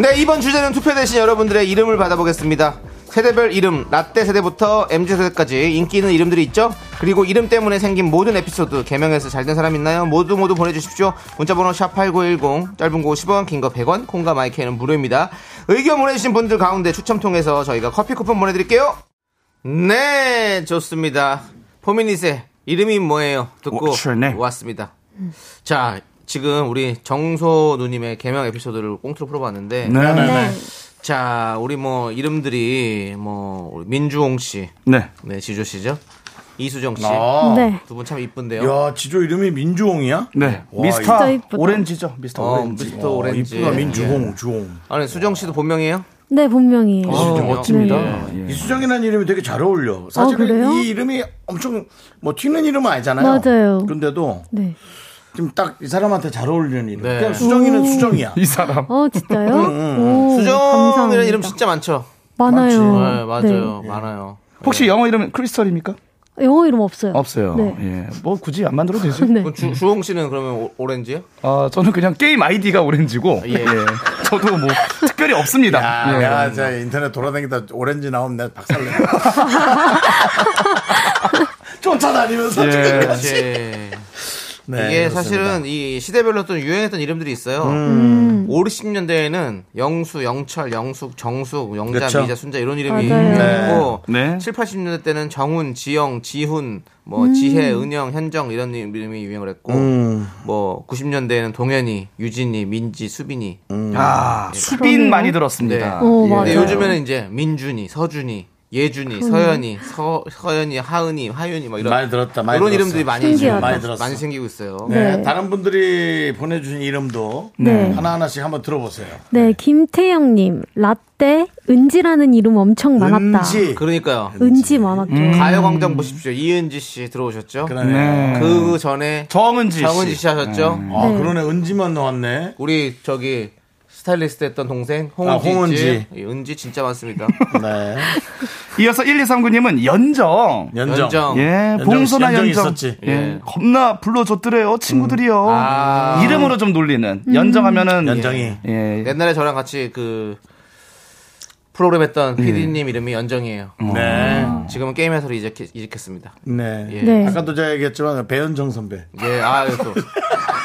B: 네, 이번 주제는 투표 대신 여러분들의 이름을 받아보겠습니다. 세대별 이름, 라떼 세대부터 MZ 세대까지 인기 있는 이름들이 있죠? 그리고 이름 때문에 생긴 모든 에피소드, 개명해서 잘 된 사람 있나요? 모두 모두 보내주십시오. 문자번호 샵8910, 짧은 거 50원, 긴 거 100원, 콩과 마이크는 무료입니다. 의견 보내주신 분들 가운데 추첨 통해서 저희가 커피 쿠폰 보내드릴게요. 네, 좋습니다. 포미닛의 이름이 뭐예요? 듣고
G: What's your name?
B: 왔습니다. 자, 지금 우리 정소 누님의 개명 에피소드를 꽁트로 풀어봤는데
G: 네네네
B: 자, 우리 뭐 이름들이 뭐 우리 민주홍 씨,
G: 네
B: 네 지조 씨죠, 이수정 씨,
A: 아.
H: 네.
B: 두 분 참 이쁜데요.
A: 야, 지조 이름이 민주홍이야?
G: 네.
A: 와,
G: 미스터
H: 진짜 이쁘다.
G: 오렌지죠 미스터
B: 어,
G: 오렌지
B: 미스터 오렌지.
A: 이쁘다,
B: 예.
A: 민주홍, 주홍.
B: 아니 수정 씨도 본명이에요?
H: 네, 본명이에요.
B: 아. 멋집니다.
A: 이수정이라는 이름이 되게 잘 어울려. 사실은
H: 아, 그래요?
A: 이 이름이 엄청 뭐 튀는 이름은 아니잖아요.
H: 맞아요.
A: 근데도
H: 네.
A: 지금 딱 이 사람한테 잘 어울리는 이름.
B: 네.
A: 그냥 수정이는 수정이야.
G: 이 사람
H: 어, 진짜요? 오,
B: 수정이라는
H: 감사합니다.
B: 이름 진짜 많죠.
H: 많아요.
B: 네, 맞아요, 많아요.
G: 혹시 영어 이름은 크리스털입니까
H: 네. 영어 이름 없어요.
G: 없어요
H: 네.
G: 예 뭐 굳이 안 만들어도 되지
H: 네.
B: 그럼 주, 주홍 씨는 그러면 오- 오렌지요?
G: 아 저는 그냥 게임 아이디가 오렌지고
B: 예.
G: 저도 뭐 특별히 없습니다
A: 아, 야,
I: 네.
G: 예.
A: 야, 자, 인터넷 돌아다니다 오렌지 나오면 내가 박살내. 쫓아다니면서.
G: 예.
A: 끝까지.
B: 예.
A: 네,
B: 이게
A: 그렇습니다.
B: 사실은 이 시대별로 또 유행했던 이름들이 있어요.
A: 음.
H: 음.
B: 5, 60년대에는 영수, 영철, 영숙, 정숙, 영자,
A: 그렇죠.
B: 미자, 순자 이런 이름이
H: 맞아요.
B: 있고
G: 네.
B: 7, 80년대 때는 정훈, 지영, 지훈, 뭐
H: 음.
B: 지혜, 은영, 현정 이런 이름이 유행을 했고
A: 음.
B: 뭐 90년대에는 동현이, 유진이, 민지, 수빈이.
A: 음.
G: 아 수빈
H: 그러네요.
G: 많이 들었습니다
H: 오,
B: 근데
H: 어, 맞아요.
B: 요즘에는 이제 민준이, 서준이, 예준이, 서연이, 서, 서연이, 하은이, 하윤이 막 이런
A: 많이 들었다, 많이
B: 이런
A: 들었어.
B: 이름들이 많이
H: 신기하다.
B: 이제
A: 많이 들었어.
B: 많이 생기고 있어요.
A: 네,
H: 네.
A: 다른 분들이 보내주신 이름도
H: 네.
A: 하나하나씩 한번 들어보세요.
H: 네, 김태영님, 라떼, 은지라는 이름 엄청 많았다.
A: 은지.
B: 그러니까요.
H: 은지 많았죠.
B: 음. 가요광장 보십시오. 이은지 씨 들어오셨죠?
A: 그러네.
B: 그 전에
G: 정은지 씨.
B: 정은지 씨 하셨죠?
A: 아, 그러네. 은지만 나왔네.
B: 우리 저기 스타일리스트 했던 동생
A: 아,
B: 홍은지.
A: 홍은지.
B: 있지? 예, 은지 진짜 많습니다.
A: 네.
I: 이어서 1239님은 연정.
A: 연정.
B: 연정.
I: 예,
A: 연정,
I: 봉소나
A: 연정이
I: 연정.
A: 있었지.
I: 예,
B: 예.
I: 겁나 불러줬더래요, 친구들이요.
B: 아.
I: 이름으로 좀 놀리는. 연정하면은.
A: 연정이.
I: 예. 예.
B: 옛날에 저랑 같이 그 프로그램 했던 PD님 이름이 연정이에요.
A: 네.
B: 지금은 게임 해설을 이직, 이직했습니다.
A: 네.
B: 예.
H: 네.
A: 아까도 제가 얘기했지만 배현정 선배.
B: 예, 아, 이거 또.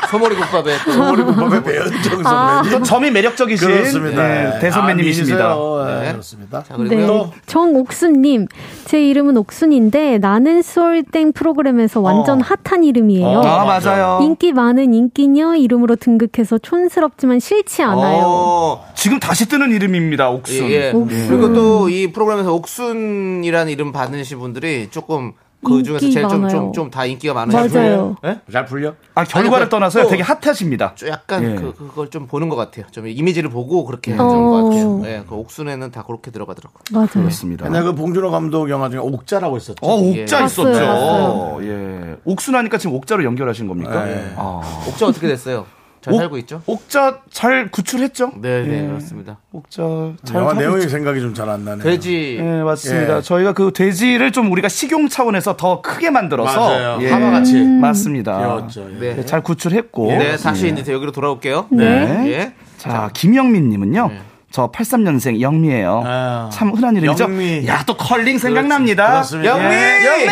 B: 소머리 국밥에 또. 소머리
A: 법의 배현정 선배.
I: 또 점이 매력적이신.
A: 그렇습니다.
I: 예, 대선배님이십니다.
A: 아, 미인이세요. 예,
B: 네.
A: 그렇습니다.
B: 자,
H: 네.
B: 그리고요.
A: 또?
H: 정옥순님. 제 이름은 옥순인데 나는 솔땡 프로그램에서 완전 핫한 이름이에요.
I: 아, 맞아요.
H: 인기 많은 인기녀 이름으로 등극해서 촌스럽지만 싫지 않아요.
B: 어,
I: 지금 다시 뜨는 이름입니다,
B: 예,
I: 옥순.
B: 예.
H: 옥순.
B: 그리고 또 이 프로그램에서 옥순이라는 이름 받으신 분들이 조금 그 중에서
H: 인기
B: 제일 좀,
H: 많아요.
B: 좀, 좀 다 인기가 많으신 분.
H: 맞아요.
A: 잘 풀려?
I: 아, 결과를
B: 아니, 그-
I: 떠나서요.
B: 또-
I: 되게 핫하십니다.
B: 좀 약간
I: 예.
B: 그, 그걸 좀 보는 것 같아요. 좀 이미지를 보고 그렇게 하는
H: 어.
B: 것 같아요. 예, 그 옥순에는 다 그렇게 들어가더라고요.
H: 맞아요.
I: 그렇습니다.
A: 옛날 그 봉준호 감독 영화 중에 옥자라고 있었죠.
I: 어, 옥자
B: 예.
I: 있었죠.
H: 봤어요, 봤어요.
I: 예. 옥순하니까 지금 옥자로 연결하신 겁니까?
A: 예.
I: 아.
B: 옥자 어떻게 됐어요? 잘
I: 옥- 예.
B: 살고 있죠?
I: 옥자 잘 구출했죠?
B: 네, 네, 그렇습니다.
I: 옥자 잘
A: 영화
I: 살고
A: 내용이
I: 있죠.
A: 생각이 좀 잘 안 나네요.
B: 돼지
I: 예, 맞습니다.
A: 예.
I: 저희가 그 돼지를 좀 우리가 식용 차원에서 더 크게 만들어서
A: 맞아요.
I: 예.
A: 하마같이.
I: 맞습니다.
A: 귀여웠죠. 예.
B: 네.
I: 예, 잘 구출했고.
B: 네, 다시 이제 여기로 돌아올게요.
H: 네.
B: 예.
I: 자, 김영민 님은요. 저 83년생 영미예요.
A: 아.
I: 참 흔한 이름이죠.
A: 영미.
I: 야, 또 컬링 생각납니다.
A: 그렇습니다. 예,
I: 영미! 영미!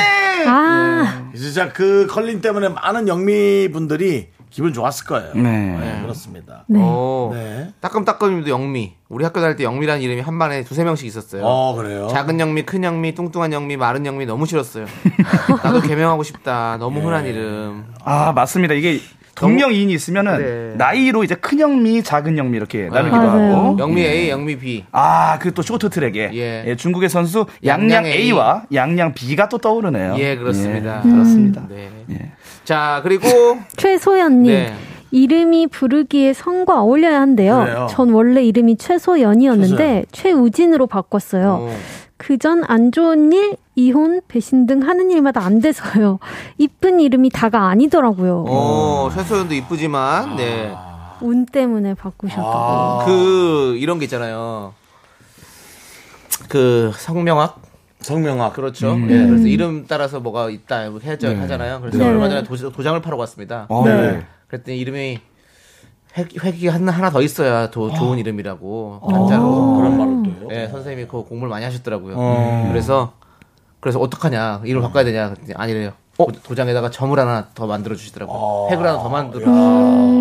H: 아,
A: 진짜 그 컬링 때문에 많은 영미 분들이 기분 좋았을 거예요.
I: 네.
A: 네, 그렇습니다.
B: 오.
A: 네.
B: 어. 따끔따끔님도 영미. 우리 학교 다닐 때 영미라는 이름이 한 반에 두세 명씩 있었어요.
A: 어, 그래요.
B: 작은 영미, 큰 영미, 뚱뚱한 영미, 마른 영미 너무 싫었어요. 나도 개명하고 싶다. 너무 흔한 이름.
I: 아 맞습니다. 이게 동명이인이 있으면은
B: 네.
I: 나이로 이제 큰 영미, 작은 영미 이렇게 나누기도
H: 맞아요.
I: 하고.
B: 영미 A, 영미 B.
I: 아, 그 또 쇼트트랙에
B: 예.
I: 예, 중국의 선수 양양
B: 양양 A.
I: A와 양양 B가 또 떠오르네요.
B: 예, 그렇습니다.
I: 어? 예,
H: 음.
I: 그렇습니다.
B: 네.
I: 예.
B: 자, 그리고
H: 최소연님.
B: 네.
H: 이름이 부르기에 성과 어울려야 한대요.
A: 그래요.
H: 전 원래 이름이 최소연이었는데 최우진으로 바꿨어요.
B: 어,
H: 그전 안 좋은 일, 이혼, 배신 등 하는 일마다 안 돼서요. 이쁜 이름이 다가 아니더라고요.
B: 어, 최소연도 이쁘지만 네.
H: 운 때문에 바꾸셨다고.
B: 그 이런 게 있잖아요. 그 성명학
A: 성명학.
B: 그렇죠. 예, 그래서 이름 따라서 뭐가 있다 이렇게 해야 하잖아요. 그래서
H: 네.
B: 얼마 전에 도, 장을 파러 갔습니다.
I: 어, 네.
B: 그랬더니 이름이 획, 획이 하나, 하나 더 있어야 더 좋은 이름이라고 한자로 아. 그런 말을 또요. 예, 선생님이 그 공부를 많이 하셨더라고요. 그래서 그래서 어떡하냐 어? 이름 바꿔야 되냐 그랬더니 아니래요. 도- 도장에다가 점을 하나 더 만들어 주시더라고요. 획을 하나 더 만들어.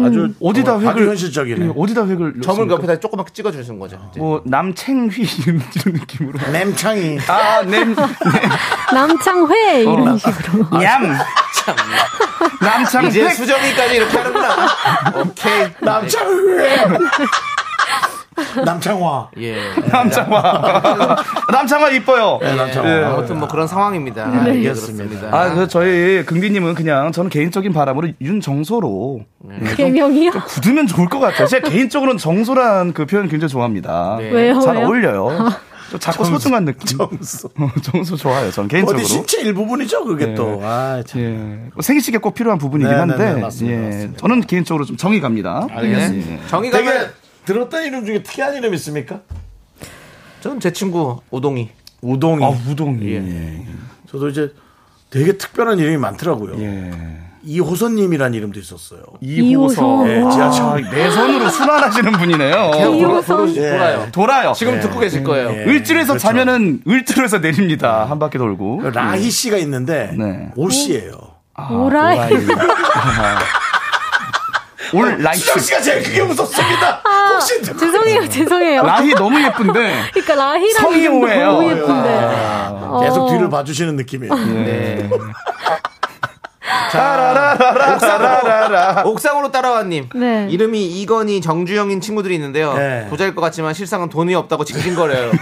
A: 아주
I: 어디다
A: 정말 아주
I: 획을
A: 현실적이네.
I: 예, 어디다 획을
B: 점을
I: 넣습니까?
B: 옆에다 조그맣게 찍어 주신 거죠. 이제.
I: 뭐 남챙휘 이런 이런 느낌으로.
A: 냄창이.
I: 아, 냄
H: 남창회 이런 식으로.
I: 얌. 남창
B: 이제
I: 획.
B: 수정이까지 이렇게 하는구나. 오케이.
A: 남창회. 남창화.
B: 예.
I: 남창화. 남창화 이뻐요.
A: 네, 남창화.
I: 예.
B: 아무튼 뭐 그런 상황입니다.
H: 네.
B: 예, 그렇습니다.
I: 아, 그 저희 긍디님은 그냥 저는 개인적인 바람으로 윤정소로
H: 개명이요?
I: 굳으면 좋을 것 같아요. 제가 개인적으로는 정소란 그 표현 굉장히 좋아합니다.
B: 네.
H: 왜요?
I: 잘
H: 왜요?
I: 어울려요. 좀 작고 소중한 느낌.
A: 정수.
I: 어, 정소 좋아요. 전 개인적으로.
A: 어디 신체 일부분이죠, 그게
I: 네.
A: 또. 아, 참.
I: 예. 생식에 꼭 필요한 부분이긴
A: 네, 네,
I: 한데,
A: 네, 맞습니다,
I: 예.
A: 맞습니다. 아,
I: 저는 개인적으로 좀 정이 갑니다.
B: 알겠습니다.
I: 예.
B: 네. 정의가
A: 되게 들었던 이름 중에 특이한 이름 있습니까?
B: 전제 친구 오동이.
A: 우동이. 예.
I: 아, 우동이.
A: 저도 이제 되게 특별한 이름이 많더라고요. 이호선님이란 이름도 있었어요.
H: 이호선.
A: 예,
I: 아,
A: 지하철.
I: 내 손으로 순환하시는 분이네요. 네.
H: 이호선.
B: 돌아요.
I: 돌아요.
B: 지금 듣고 계실 거예요.
A: 예.
I: 을지로에서
A: 그렇죠.
I: 자면은 을지로에서 내립니다. 한 바퀴 돌고.
A: 라희 씨가 있는데
I: 예. 네.
A: 올 씨예요.
H: 오라이.
I: 올 아, 라이트.
A: 수정 씨가 제일 크게 웃었습니다. 혹시 듣고
H: 죄송해요, 죄송해요.
I: 라희 너무 예쁜데.
H: 그러니까 라희라는
I: 성이
H: 이름도
I: 오해요. 아,
H: 너무 예쁜데.
A: 계속
H: 어.
A: 뒤를 봐주시는 느낌이에요.
I: 예.
B: 네. 자, 옥상으로, 옥상으로 따라와님.
H: 네.
B: 이름이 이건희, 정주영인 친구들이 있는데요.
A: 네.
B: 부자일 것 같지만 실상은 돈이 없다고 징징거려요.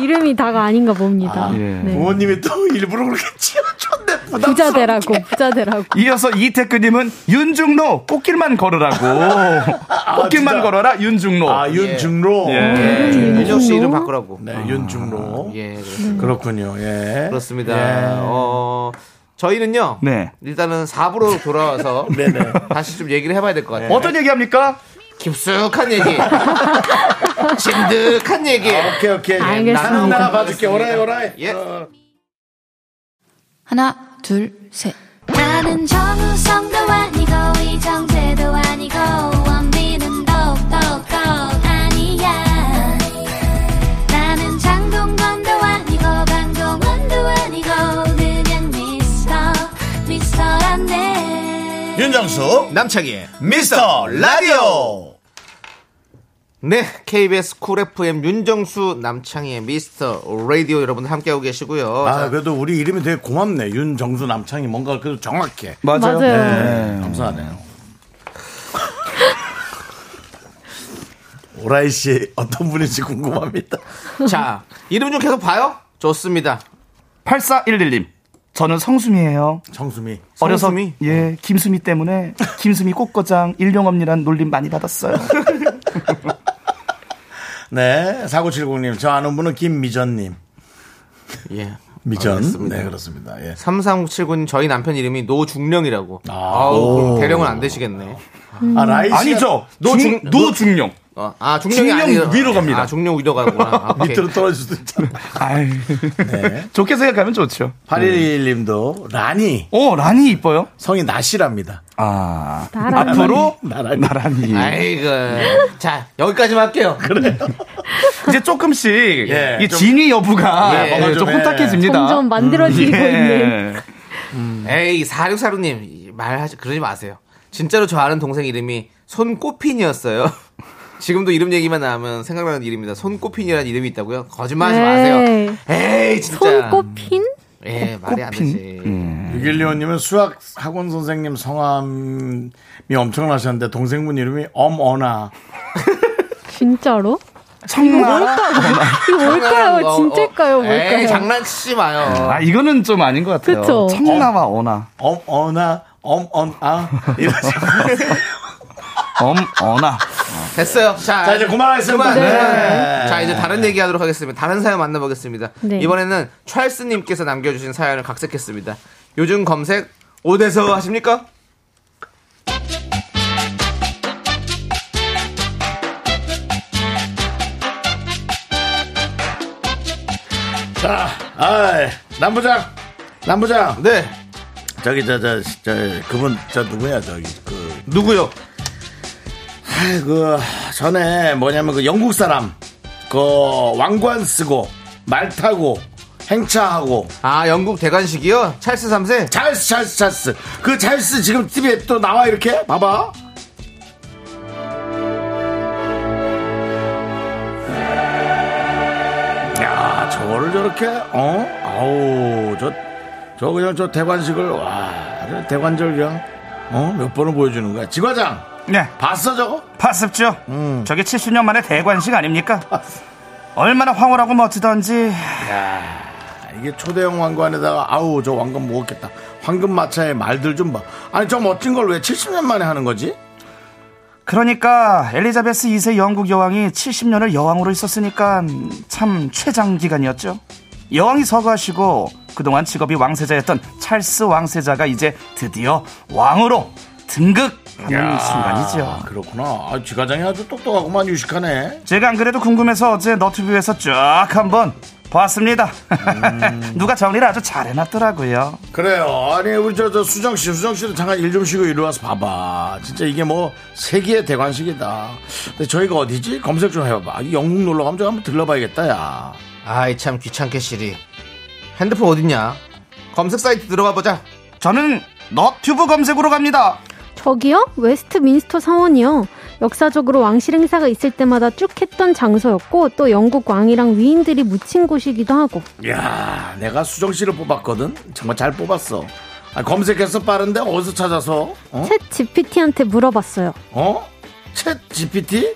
H: 이름이 다가 아닌가 봅니다. 네.
A: 부모님이 또 일부러 그렇게 치워줬네 부담.
H: 부자 되라고, 부자 되라고.
I: 이어서 이태근님은 윤중로 꽃길만 걸으라고. 꽃길만
A: 진짜?
I: 걸어라 윤중로. 네.
A: 아 윤중로.
B: 예.
H: 네.
B: 윤정 씨 이름 바꾸라고.
A: 네 윤중로.
B: 예, 그렇습니다.
A: 그렇군요. 예.
B: 그렇습니다. 어, 저희는요.
I: 네.
B: 일단은 4부로 돌아와서
A: 네네.
I: 네.
B: 다시 좀 얘기를 해봐야 될 것 같아요. 어?
I: 어떤 얘기합니까?
B: 깊숙한 얘기. 진득한 얘기.
J: 오케이 오케이.
A: 예,
J: 나는
H: 알겠습니다.
J: 하나 봐줄게. 오라이 오라이.
B: 예.
K: 하나, 둘, 셋.
E: 나는 정우성도 아니고 이정재도 아니고 원빈은 더욱더 아니야 나는 장동건도 아니고 강동원도 아니고 그냥 미스터 미스터란데
A: 윤정수
B: 남창희의
A: 미스터 라디오
B: 네, KBS 쿨 FM 윤정수 남창희의 미스터 라디오 여러분들 함께하고 계시고요.
A: 아
B: 자,
A: 그래도 우리 이름이 되게 고맙네 윤정수 남창이 뭔가 그래도 정확해
H: 맞아요.
A: 네. 감사하네요 오라이 씨 어떤 분인지 궁금합니다
B: 자, 이름 좀 계속 봐요. 좋습니다.
I: 8411님. 저는 성수미예요.
A: 정수미
I: 어려서
B: 성수미?
I: 예, 김수미 때문에 김수미 꽃거장 일용업니란 놀림 많이 받았어요.
A: 네 4970님 저 아는 분은 김미전님
B: 예.
A: 미전
B: 알겠습니다.
A: 네 그렇습니다 예.
B: 3379님 저희 남편 이름이 노중령이라고.
A: 아.
B: 아, 우
A: 오.
B: 그럼 대령은 안 되시겠네.
H: 음.
A: 아 라이 씨
I: 아니죠.
B: 노중-
I: 노중용.
B: 어, 아, 중령이
I: 중령
B: 아니라
I: 위로 갑니다.
B: 아, 중령 위로 가구나. 아, 오케이.
A: 밑으로 떨어질 수도 있잖아
I: 아유. 좋게 생각하면 좋죠.
A: 811님도 라니
I: 오, 란이 이뻐요?
A: 성이 나시랍니다
I: 아.
H: 나란히.
I: 앞으로
A: 나란히.
I: 나란히.
B: 아이고. 자, 여기까지만 할게요.
I: 이제 조금씩
A: 예,
I: 이
A: 좀-
I: 진위 여부가
B: 예,
I: 예,
A: 좀
I: 좀
A: 해.
I: 혼탁해집니다.
H: 점점 만들어지고 있는.
I: 음, 예.
B: 에이, 4646님, 말하지, 그러지 마세요. 진짜로 저 아는 동생 이름이 손꽃핀이었어요. 지금도 이름 얘기만 나오면 생각나는 이름입니다. 손꽃핀이라는 이름이 있다고요? 거짓말 하지 마세요. 에이, 진짜.
H: 네. 손꼽힌?
B: 예, 말이 안 되지.
A: 음. 612호님은 수학 학원 선생님 성함이 엄청나셨는데 동생분 이름이 엄어나
H: 진짜로?
I: 청라.
H: 이거 뭘까요?
B: 어,
H: 진짜일까요?
B: 어. 에이,
H: 뭘까요?
B: 장난치지 마요.
I: 아, 이거는 좀 아닌 것 같아요.
H: 그쵸.
I: 청라와 어나.
A: 엄어나 엄언아 이러시고
I: 엄, 어나.
B: 됐어요. 자,
A: 음. 자, 이제 그만하겠습니다.
B: 그만.
A: 네.
B: 네. 자, 이제 다른 얘기 하도록 하겠습니다. 다른 사연 만나보겠습니다.
H: 네.
B: 이번에는 찰스님께서 남겨주신 사연을 각색했습니다. 요즘 검색, 오대서 하십니까?
A: 자, 아이, 남부장 남부장
B: 네.
A: 저기 저 저 저, 그분 저 누구야 저기 그,
B: 누구요?
A: 아이, 그 전에 뭐냐면 그 영국 사람 그 왕관 쓰고 말 타고 행차하고
B: 아, 영국 대관식이요? 찰스 3세?
A: 찰스 찰스 찰스 그 찰스 지금 TV에 또 나와 이렇게 봐봐 야 저거를 저렇게 어 아우 저 저 그냥 저 대관식을 와 아주 대관절 그냥 어몇 번을 보여주는 거야 지과장
I: 네.
A: 봤어 저거
I: 봤습죠? 저게 70년 만에 대관식 아닙니까? 얼마나 황홀하고 멋지던지.
A: 아, 이게 초대형 왕관에다가 아우 저 왕관 먹었겠다 황금 마차의 말들 좀 봐 아니 저 멋진 걸 왜 70년 만에 하는 거지
I: 그러니까 엘리자베스 2세 영국 여왕이 70년을 여왕으로 있었으니까 참 최장 기간이었죠. 여왕이 서거하시고 그동안 직업이 왕세자였던 찰스 왕세자가 이제 드디어 왕으로 등극하는 순간이죠.
A: 아, 그렇구나. 아, 지과장이 아주 똑똑하고만 유식하네.
I: 제가 안 그래도 궁금해서 어제 너튜브에서 쫙 한번 봤습니다. 누가 정리를 아주 잘해놨더라고요.
A: 그래요. 아니 우리 저, 저 수정 씨, 수정 씨도 잠깐 일 좀 쉬고 이리 와서 봐봐. 진짜 이게 뭐 세계의 대관식이다. 근데 저희가 어디지? 검색 좀 해봐봐. 이 영국 놀러 가면 저 한번 들러봐야겠다. 야.
B: 아이, 참 귀찮게 시리. 핸드폰 어딨냐? 검색 사이트 들어가 보자.
I: 저는 너튜브 검색으로 갑니다.
H: 저기요? 웨스트민스터 사원이요. 역사적으로 왕실 행사가 있을 때마다 쭉 했던 장소였고 또 영국 왕이랑 위인들이 묻힌 곳이기도 하고
A: 야, 내가 수정 씨를 뽑았거든. 정말 잘 뽑았어. 아, 검색해서 빠른데 어디서 찾아서? 어?
H: 챗 GPT한테 물어봤어요.
A: 어? 챗 GPT?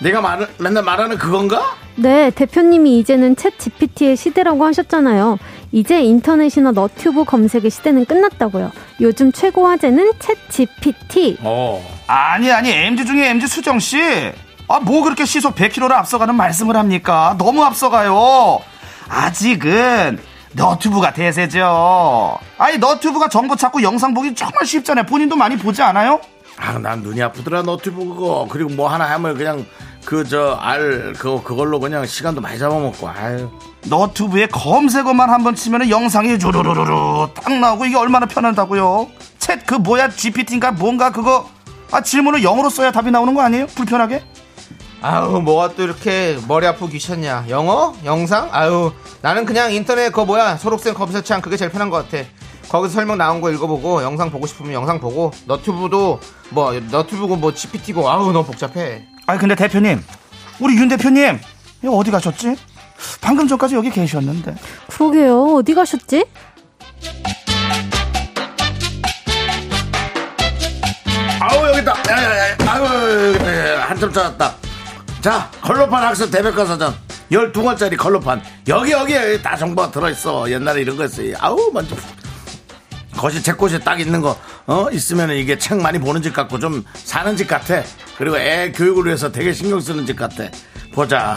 A: 내가 말, 맨날 말하는 그건가?
H: 네, 대표님이 이제는 챗 GPT의 시대라고 하셨잖아요. 이제 인터넷이나 너튜브 검색의 시대는 끝났다고요. 요즘 최고 화제는 챗 GPT.
A: 어.
I: 아니 아니 MG 중에 MG 수정 씨. 아 뭐 그렇게 시속 100km를 앞서가는 말씀을 합니까? 너무 앞서가요. 아직은 너튜브가 대세죠. 아니 너튜브가 정보 찾고 영상 보기 정말 쉽잖아요. 본인도 많이 보지 않아요?
A: 아, 난 눈이 아프더라 노트북 그거 그리고 뭐 하나 하면 그냥 그 저 알 그거 그걸로 그냥 시간도 많이 잡아먹고 아유
I: 너튜브에 검색어만 한번 치면 영상이 주르르르르 딱 나오고 이게 얼마나 편하다고요. 챗 그 뭐야 GPT인가 뭔가 그거 아 질문을 영어로 써야 답이 나오는 거 아니에요? 불편하게?
B: 아우 뭐가 또 이렇게 머리 아프고 귀찮냐 영어? 영상? 아유 나는 그냥 인터넷 그거 뭐야 초록색 검색창 그게 제일 편한 것 같아 거기서 설명 나온 거 읽어보고 영상 보고 싶으면 영상 보고 너튜브도 뭐 너튜브고 뭐 GPT고 아우 너무 복잡해
I: 아 근데 대표님 우리 윤 대표님 이거 어디 가셨지? 방금 전까지 여기 계셨는데
H: 그러게요. 어디 가셨지?
A: 아우 여기 있다 야야야 아유 여기 있다. 야, 야, 한참 찾았다 자 컬러판 학습 대백과사전 12권짜리 컬러판 여기 여기 여기 다 정보가 들어있어 옛날에 이런 거였어요 아우 먼저 거실 책꽂이 딱 있는 거 어? 있으면 이게 책 많이 보는 집 같고 좀 사는 집 같아 그리고 애 교육을 위해서 되게 신경 쓰는 집 같아 보자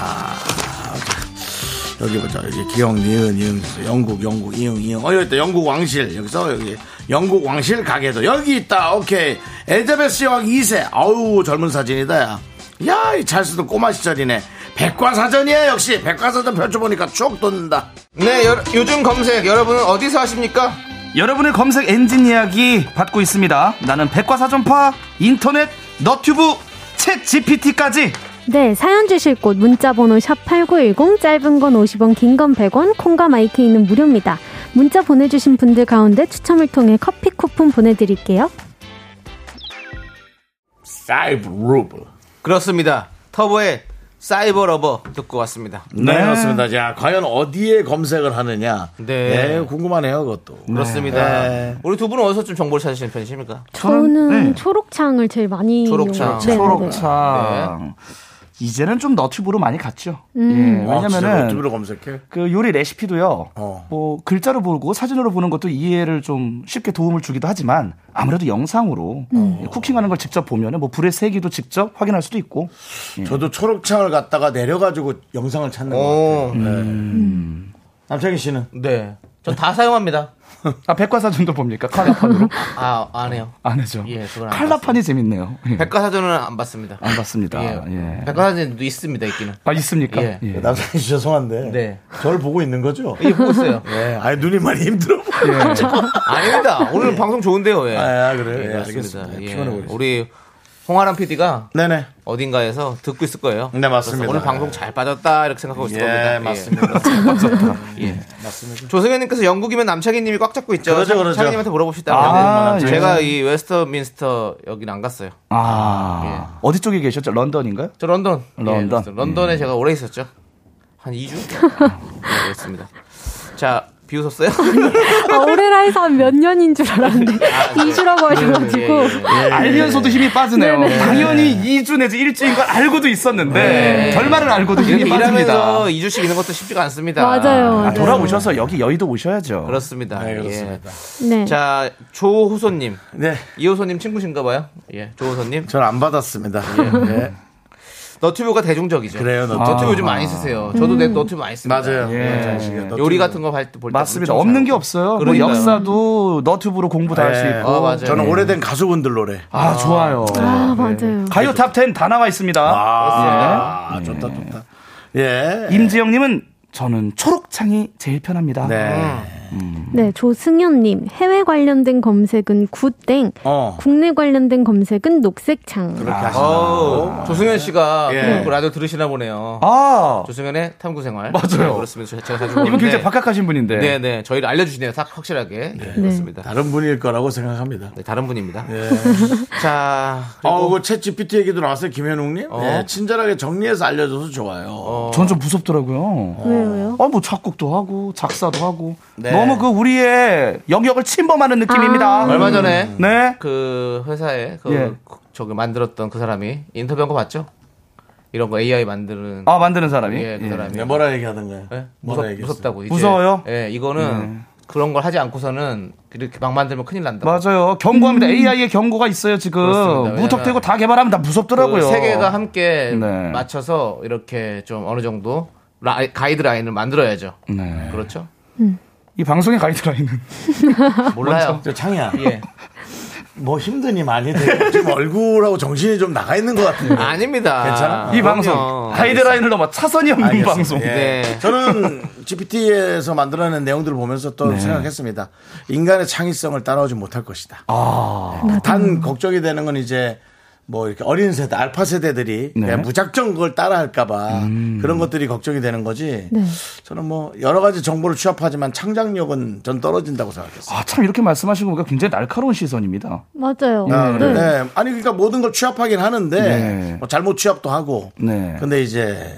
A: 여기 보자 여기 기영 니은 이응 영국 영국 이응 이응 어 여기 있다 영국 왕실 여기서 여기 영국 왕실 가게도 여기 있다 오케이 엘자베스 여왕 2세 아우 젊은 사진이다 야. 야, 이 찰스도 꼬마 시절이네. 백과사전이야, 역시. 백과사전 펼쳐보니까 추억 돋는다.
B: 네 여- 요즘 검색 여러분은 어디서 하십니까?
I: 여러분의 검색 엔진 이야기 받고 있습니다. 나는 백과사전파, 인터넷, 너튜브, 챗 GPT까지
H: 네, 사연 주실 곳 문자 번호 샵8910 짧은 건 50원, 긴 건 100원, 콩과 마이크는 무료입니다. 문자 보내 주신 분들 가운데 추첨을 통해 커피 쿠폰 보내 드릴게요.
A: 사이브 루브.
B: 그렇습니다 터보의 사이버 러버 듣고 왔습니다
A: 네, 그렇습니다. 자, 과연 어디에 검색을 하느냐.
B: 네.
A: 궁금하네요, 그것도.
B: 그렇습니다
A: 네.
B: 우리 두 분은 어디서 좀 정보를 찾으시는 편이십니까?
H: 저는
I: 네.
H: 초록창을 제일 많이
B: 초록창.
H: 이용해요. 네, 네, 음.
I: 초록창 이제는 좀 너튜브로 많이 갔죠. 예,
A: 아, 진짜
I: 왜냐면은
A: 너튜브로 검색해?
I: 그 요리 레시피도요.
A: 어.
I: 뭐 글자로 보고 사진으로 보는 것도 이해를 좀 쉽게 도움을 주기도 하지만 아무래도 영상으로
H: 음.
I: 쿠킹하는 걸 직접 보면은 뭐 불의 세기도 직접 확인할 수도 있고.
A: 저도 초록창을 갔다가 내려가지고 영상을 찾는 거.
B: 오,
A: 남창희 씨는?
B: 네. 전 다 사용합니다.
I: 아 백과사전도 봅니까? 칼라판으로
B: 아, 안 해요.
I: 안 해죠.
B: 예, 그건 안
I: 칼라판이 재밌네요. 예.
B: 백과사전은 안 봤습니다.
I: 안 봤습니다.
B: 예.
A: 아,
I: 예.
B: 백과사전도 있습니다, 있기는.
I: 아 있습니까?
B: 예.
I: 예.
A: 남창희 씨 죄송한데.
B: 네.
A: 저를 보고 있는 거죠?
B: 예, 보고 있어요.
A: 네. 아니, 눈이 많이 힘들어. 보여.
B: 아닙니다. 오늘 방송 좋은데요, 예.
A: 아, 아, 그래요? 예,
B: 그렇습니다.
A: 알겠습니다.
B: 예.
A: 피곤해 보이시죠?
B: 우리 홍아람 PD가
A: 네네.
B: 어딘가에서 듣고 있을 거예요.
A: 네, 맞습니다.
B: 그래서 오늘 방송 잘 빠졌다, 이렇게 생각하고 있을
A: 예,
B: 겁니다.
A: 맞습니다.
B: 예. 맞습니다. 조승현님께서 영국이면 남창희님이 꽉 잡고 있죠.
A: 그러죠,
B: 창-
A: 그러죠.
B: 창희님한테 물어봅시다.
I: 아,
B: 네.
I: 예.
B: 제가 이 웨스터민스터 여긴 안 갔어요.
I: 아
B: 예.
I: 어디 쪽에 계셨죠? 런던인가요?
B: 저 런던. 예,
I: 런던.
B: 그렇습니다.
A: 음.
B: 런던에 제가 오래 있었죠. 한 2주? 네, 그렇습니다. 자, 비웃었어요?
H: 아, 올해라 해서 한 몇 년인 줄 알았는데
B: 아, 네.
H: 이주라고 하셔가지고
B: 예, 예, 예.
I: 알면서도 힘이 빠지네요. 당연히 2주 내지 일주인 걸 알고도 있었는데 결말을 알고도 힘이
B: 이렇게
I: 빠집니다.
B: 네. 일하면서 2주씩 있는 것도 쉽지가 않습니다.
H: 맞아요.
I: 아, 돌아오셔서 여기 여의도 오셔야죠.
B: 그렇습니다. 그렇습니다.
H: 네.
B: 예. 자, 조호소님.
A: 네.
B: 이호소님 친구신가 봐요? 예, 조호소님.
A: 전 안 받았습니다.
B: 예.
A: 네.
B: 너튜브가 대중적이죠. 아,
A: 그래요, 너튜브.
B: 너튜브 요즘 많이 쓰세요. 저도
H: 음.
B: 내 너튜브 많이 씁니다. 예.
A: 맞아요. 남창희 씨가 너튜브.
B: 요리 같은 거 할 때 볼 때.
I: 맞습니다.
B: 엄청
I: 없는
B: 잘-
I: 게 없어요. 뭐
B: 그러니까요.
I: 역사도 너튜브로 공부 다 할 수
A: 네.
I: 있고.
B: 어, 맞아요.
A: 저는 오래된 가수분들 노래.
I: 아, 좋아요.
H: 아, 맞아요.
I: 가요
B: 네.
I: 탑10 다 나와 있습니다.
B: 아,
I: 예.
A: 아, 좋다, 좋다. 예.
I: 네. 임지영님은 저는 초록창이 제일 편합니다.
A: 네.
H: 네, 조승현님 해외 관련된 검색은 굿땡,
A: 어.
H: 국내 관련된 검색은 녹색창.
A: 그렇게
B: 예. 어우, 조승현 씨가
A: 예.
B: 그 라디오 들으시나 보네요.
I: 아,
B: 조승현의 탐구 생활.
I: 맞아요.
B: 네, 그렇습니다. 제가 자주
I: 이분
B: 보는데.
I: 굉장히 박학하신 분인데.
B: 네, 네. 저희를 알려주시네요. 딱 확실하게. 네. 그렇습니다.
A: 다른 분일 거라고 생각합니다.
B: 네, 다른 분입니다. 자,
A: 어,
B: 그리고
A: 그 챗GPT 얘기도 나왔어요, 김현웅님.
B: 어.
A: 네, 친절하게 정리해서 알려줘서 좋아요.
I: 전 좀 무섭더라고요.
H: 왜요, 왜요?
I: 아, 뭐 작곡도 하고 작사도 하고
B: 네.
I: 너무 그 우리의 영역을 침범하는 느낌입니다.
H: 아.
B: 얼마 전에
I: 네.
B: 그 회사에 그
I: 예.
B: 저기 만들었던 그 사람이 인터뷰한 거 봤죠? 이런 거 AI 만드는
I: 아 만드는 사람이.
B: 예, 그 사람이
A: 네, 뭐라 얘기하던가요?
B: 예?
A: 뭐라
B: 무섭,
A: 얘기했어요?
B: 무섭다고 이제.
I: 무서워요? 네.
B: 예, 이거는 그런 걸 하지 않고서는 이렇게 막 만들면 큰일 난다.
I: 맞아요.
H: 음.
I: 경고합니다. AI의 경고가 있어요 지금.
B: 그렇습니다. 예. 그
I: 무턱대고 다 개발하면 다 무섭더라고요.
B: 세 개가 함께
I: 네.
B: 맞춰서 이렇게 좀 어느 정도 라- 가이드라인을 만들어야죠.
I: 네.
B: 그렇죠?
I: 이 방송의 가이드라인은
B: 몰라요.
A: 저 창이야.
B: 예.
A: 뭐 힘드니 많이 돼요. 지금 얼굴하고 정신이 좀 나가 있는 것 같은데.
B: 아닙니다.
A: 괜찮아?
I: 이
B: 그럼요.
I: 방송 가이드라인을 넘어 차선이 없는
A: 알겠습니다.
I: 방송.
A: 예.
B: 네.
A: 저는 GPT에서 만들어낸 내용들을 보면서 또 생각했습니다. 인간의 창의성을 따라오지 못할 것이다. 네. 단 걱정이 되는 건 이제 뭐 이렇게 어린 세대, 알파 세대들이 그냥 무작정 그걸 따라할까봐 그런 것들이 걱정이 되는 거지.
H: 네.
A: 저는 뭐 여러 가지 정보를 취합하지만 창작력은 전 떨어진다고 생각했어요.
I: 아, 참 이렇게 말씀하시고 보니까 굉장히 날카로운 시선입니다.
H: 맞아요.
A: 아,
H: 네.
A: 그래? 네. 아니 그러니까 모든 걸 취합하긴 하는데
I: 네.
A: 뭐 잘못 취합도 하고.
I: 네.
A: 근데 이제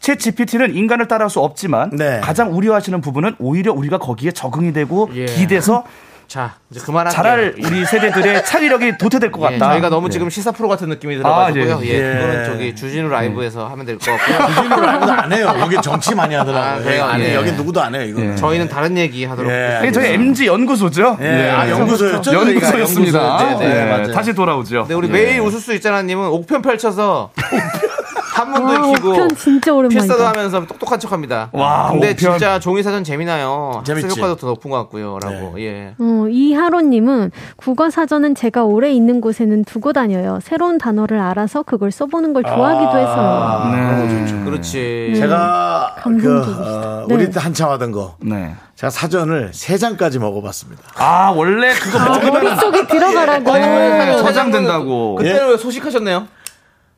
I: 챗 GPT는 인간을 따라할 수 없지만
A: 네.
I: 가장 우려하시는 부분은 오히려 우리가 거기에 적응이 되고
B: 예.
I: 기대서
B: 자, 이제 그만할게요.
I: 잘할 우리 세대들의 차리력이 도태될 것
B: 예,
I: 같다. 네.
B: 저희가 너무 지금 시사 프로 같은 느낌이 들어가지고요.
I: 아,
B: 예.
I: 예.
B: 그거는 저기 주진우 라이브에서 하면 될 것 같고요.
A: 이거 라이브도 안 해요. 여기 정치 많이
B: 아,
A: 하더라고요.
B: 그래요?
A: 아니,
B: 예.
A: 여기 누구도 안 해요. 이거.
I: 예.
B: 저희는 다른 얘기 하도록
A: 예.
B: 하겠습니다.
I: 이게 저희 MG 연구소죠?
A: 예. 아, 연구소였죠?
I: 연구소였습니다.
A: 저희가 연구소. 네, 네,
I: 예,
A: 맞아요.
I: 다시 돌아오죠.
B: 근데 우리 매일 웃을 수 있잖아님은 옥편 펼쳐서
H: 아,
B: 한문도 익히고
H: 옥편 진짜
B: 네. 필사도
H: 오랜만이다.
B: 하면서 똑똑한 척합니다.
I: 와,
B: 근데
I: 옥편.
B: 진짜 종이 사전 재미나요.
A: 재밌지.
B: 학습 효과도 더 높은 것 같고요라고.
I: 네.
B: 예.
H: 어, 이하로님은 국어 사전은 제가 오래 있는 곳에는 두고 다녀요. 새로운 단어를 알아서 그걸 써보는 걸 좋아하기도 해서요.
I: 네. 음.
B: 그렇지.
A: 제가 그,
H: 감동적이시다.
A: 어,
H: 네.
A: 우리 때 한참 하던 거
I: 네.
A: 제가 사전을 세 장까지 먹어봤습니다.
I: 아, 원래 그거 먹으면
H: 머릿속에 들어가라고.
I: 네, 저장된다고. 예?
B: 그때는 왜 소식하셨네요?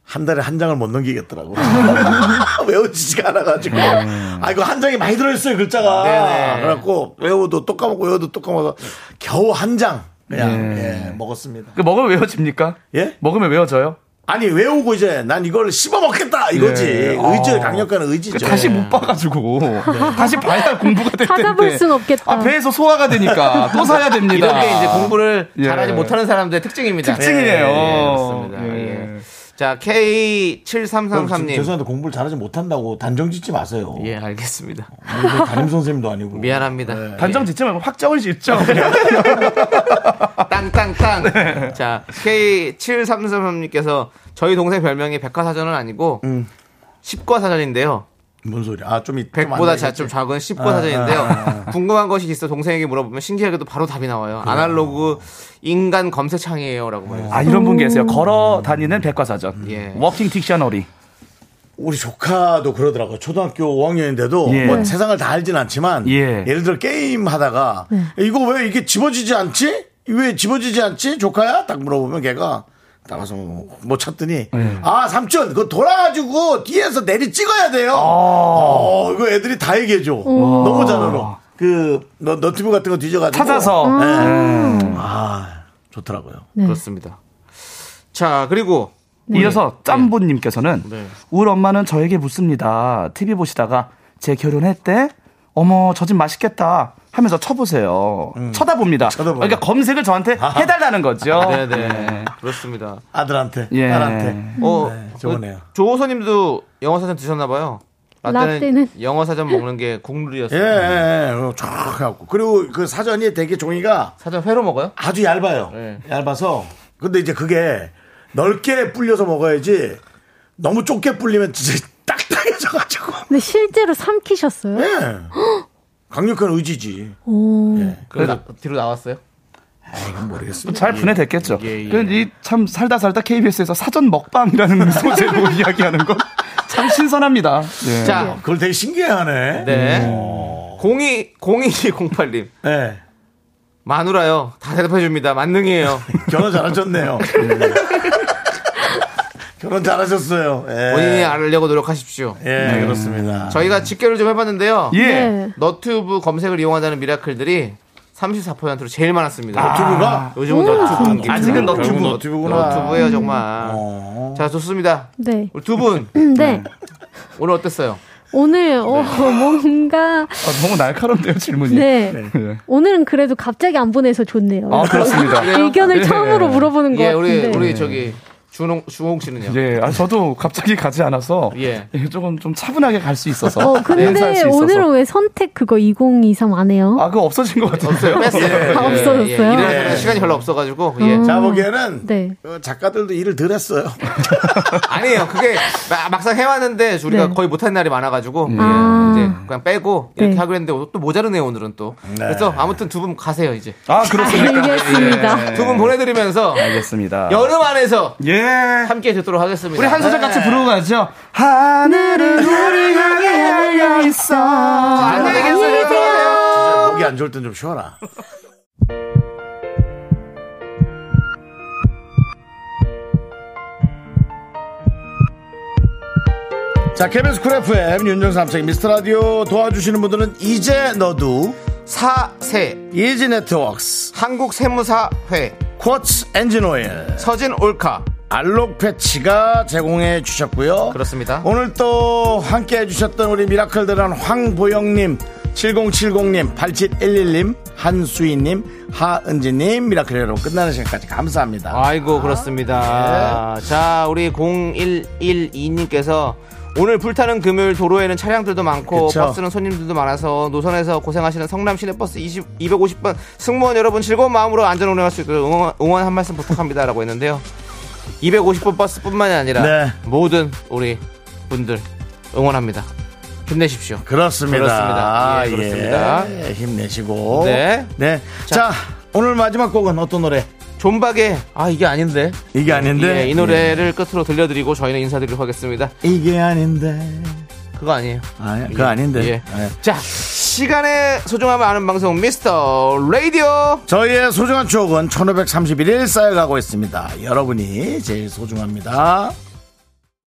A: 한 달에 한 장을 못 넘기겠더라고. 외워지지가 않아가지고. 아, 이거 한 장이 많이 들어있어요, 글자가.
B: 음. 네네.
A: 그래갖고, 외워도 또 까먹고, 외워도 또 까먹어서, 겨우 한 장, 그냥,
B: 네.
A: 예, 먹었습니다.
I: 그 먹으면 외워집니까?
A: 예?
I: 먹으면 외워져요?
A: 아니, 외우고 이제, 난 이걸 씹어먹겠다! 이거지.
I: 네.
A: 의지,
I: 아.
A: 강력한
I: 그
A: 의지죠. 예.
I: 다시 못 봐가지고
B: 네.
I: 다시 봐야 공부가 될 텐데
H: 찾아볼 순 없겠다.
I: 아, 배에서 소화가 되니까 또 사야 됩니다.
B: 이런 게 이제 공부를
I: 예.
B: 잘하지 못하는 사람들의 특징입니다.
I: 특징이에요.
B: 예, 맞습니다. 예. 자,
I: 어,
B: K7333님.
A: 죄송한데 공부를 잘하지 못한다고 단정 짓지 마세요.
B: 예, 알겠습니다.
A: 우리 담임 선생님도 아니고.
B: 미안합니다. 예.
I: 단정 짓지 말고 확정을 짓죠.
B: 땅땅땅. 자, K7333님께서 저희 동생 별명이 백화사전은 아니고 십과사전인데요.
A: 뭔 소리? 아, 좀 있. 좀
B: 백보다
A: 안
B: 자,
A: 되겠지?
B: 좀 작은 십과사전인데요. 궁금한 것이 있어 동생에게 물어보면 신기하게도 바로 답이 나와요. 아날로그 인간 검색창이에요라고 보내요.
I: 아 이런 분 계세요. 걸어 다니는 백과사전,
B: 음. 예.
I: 워킹 딕셔너리.
A: 우리 조카도 그러더라고요. 초등학교 5학년인데도
I: 예.
A: 뭐 세상을 다 알진 않지만
I: 예.
A: 예. 를 들어 게임 하다가 이거 왜 이게 집어지지 않지? 왜 집어지지 않지? 조카야? 딱 물어보면 걔가 나가서 못 찾더니
I: 예.
A: 아 삼촌 그거 돌아가지고 뒤에서 내리 찍어야 돼요.
I: 아.
A: 어, 이거 애들이 다 얘기해줘. 너무 잘 알아. 그 너, 너튜브 같은 거 뒤져가지고
I: 찾아서.
B: 어.
A: 예. 아 좋더라고요.
B: 그렇습니다. 자, 그리고 예.
I: 이어서 짬보님께서는
B: 네.
I: 우리 엄마는 저에게 묻습니다. TV 보시다가 제 결혼했대? 어머 저 집 맛있겠다 하면서 쳐보세요.
B: 음.
I: 쳐다봅니다.
A: 쳐다봐요.
I: 그러니까 검색을 저한테 해달라는 거죠.
B: 아. 네, 네. 그렇습니다.
A: 아들한테
I: 예.
A: 딸한테
B: 어,
A: 좋으네요.
B: 그 조호선님도 영어 사전 드셨나 봐요. 라떼는,
H: 라떼는?
B: 영어 사전 먹는 게
A: 예,
B: 국룰이었어요.
A: 예, 예. 쫙 해갖고. 그리고 그 사전이 되게 종이가
B: 사전 회로 먹어요?
A: 아주 얇아요.
B: 네.
A: 얇아서. 근데 이제 그게 넓게 불려서 먹어야지 너무 좁게 불리면 진짜 딱딱해져가지고.
H: 근데 실제로 삼키셨어요?
A: 예. 강력한 의지지.
H: 오.
B: 그래서 뒤로 나왔어요?
I: 잘 분해됐겠죠.
B: 예, 예.
I: 근데 이 참 살다 살다 KBS에서 사전 먹방이라는 소재로 이야기하는 건 참 신선합니다. 예.
B: 자,
A: 그걸 되게 신기해하네.
B: 네. 02, 02208님.
A: 예.
B: 마누라요. 다 대답해줍니다. 만능이에요.
A: 결혼 잘하셨네요. 결혼 잘하셨어요. 예.
B: 본인이 알려고 노력하십시오.
A: 예, 그렇습니다.
B: 저희가 직결을 좀 해봤는데요.
I: 예.
H: 네.
B: 너튜브 검색을 이용한다는 미라클들이 34%로 제일 많았습니다.
A: 아. 유튜브가?
B: 요즘은 너튜브.
I: 아직은
B: 너튜브.
I: 너튜브.
B: 너튜브예요 정말. 자 좋습니다.
H: 네.
B: 우리 두 분
H: 음, 네.
B: 오늘 어땠어요?
H: 오늘 어, 뭔가
I: 아, 너무 날카롭네요 질문이.
H: 네.
I: 예.
H: 오늘은 그래도 갑자기 안 보내서 좋네요.
I: 아 그렇습니다.
H: 의견을 처음으로 물어보는 것
B: 예, 우리
H: 같은데.
B: 우리 저기 준홍 주홍 씨는요?
I: 예, 아, 저도 갑자기 가지 않아서
B: 예.
I: 예, 조금 좀 차분하게 갈 수 있어서
H: 어,
I: 네, 행사할
H: 근데
I: 수 있어서.
H: 오늘은 왜 선택 그거 2023 안 해요?
I: 아, 그거 없어진 것 같은데요.
B: 뺐어요.
H: 다
B: 예, 예.
H: 없어졌어요?
B: 일하느라 시간이 별로 없어가지고 예.
H: 음.
A: 자 보기에는
H: 네.
A: 어, 작가들도 일을 덜 했어요.
B: 아니에요. 그게 마- 막상 해왔는데 우리가
H: 네.
B: 거의 못한 날이
I: 음.
B: 많아가지고 예,
H: 아.
B: 이제 그냥 빼고 이렇게
H: 네.
B: 하기로 했는데 또 모자르네요 오늘은 또. 그래서 아무튼 두 분 가세요 이제.
I: 아, 그렇습니까?
H: 알겠습니다.
I: 예.
B: 두 분 보내드리면서
I: 알겠습니다.
B: 여름 안에서
I: 예.
B: 함께 듣도록 하겠습니다.
I: 우리 한 소절 같이 부르고 가죠. 하늘은 우리 향해 열려 있어.
B: 안녕히 계세요.
A: 진짜 목이 안 좋을 땐 좀 쉬어라. 자, KBS 쿨 FM 윤정수 남창 미스터 라디오 도와주시는 분들은 이제 너도
B: 사세
A: 이지 네트워크스
B: 한국 세무사회
A: 쿼츠 엔진 오일
B: 서진 올카
A: 알록 패치가 제공해 주셨고요.
B: 그렇습니다.
A: 오늘 또 함께 해주셨던 우리 미라클들은 황보영님, 7070님, 8711님, 한수희님, 하은지님, 미라클 여러분 끝나는 시간까지 감사합니다.
B: 아이고 그렇습니다.
A: 예.
B: 자 우리 0112님께서 오늘 불타는 금요일 도로에는 차량들도 많고
A: 그쵸.
B: 버스는 손님들도 많아서 노선에서 고생하시는 성남 시내버스 20, 250번 승무원 여러분 즐거운 마음으로 안전 운행할 수 있도록 응원, 응원 한 말씀 부탁합니다라고 했는데요. 250번 버스뿐만이 아니라
A: 네.
B: 모든 우리 분들 응원합니다. 힘내십시오.
A: 그렇습니다.
B: 그렇습니다. 예,
A: 아,
B: 그렇습니다.
A: 예, 힘내시고.
B: 네.
A: 네. 자,
B: 자.
A: 오늘 마지막 곡은 어떤 노래?
B: 존박의 아 이게 아닌데
A: 이게 아닌데?
B: 예, 이 노래를 끝으로 들려드리고 저희는 인사드리도록 하겠습니다.
A: 이게 아닌데.
B: 그거 아니에요.
A: 아, 그거 아닌데.
B: 예.
A: 예.
B: 자, 시간의 소중함을 아는 방송 미스터 라디오.
A: 저희의 소중한 추억은 1531일 쌓여가고 있습니다. 여러분이 제일 소중합니다.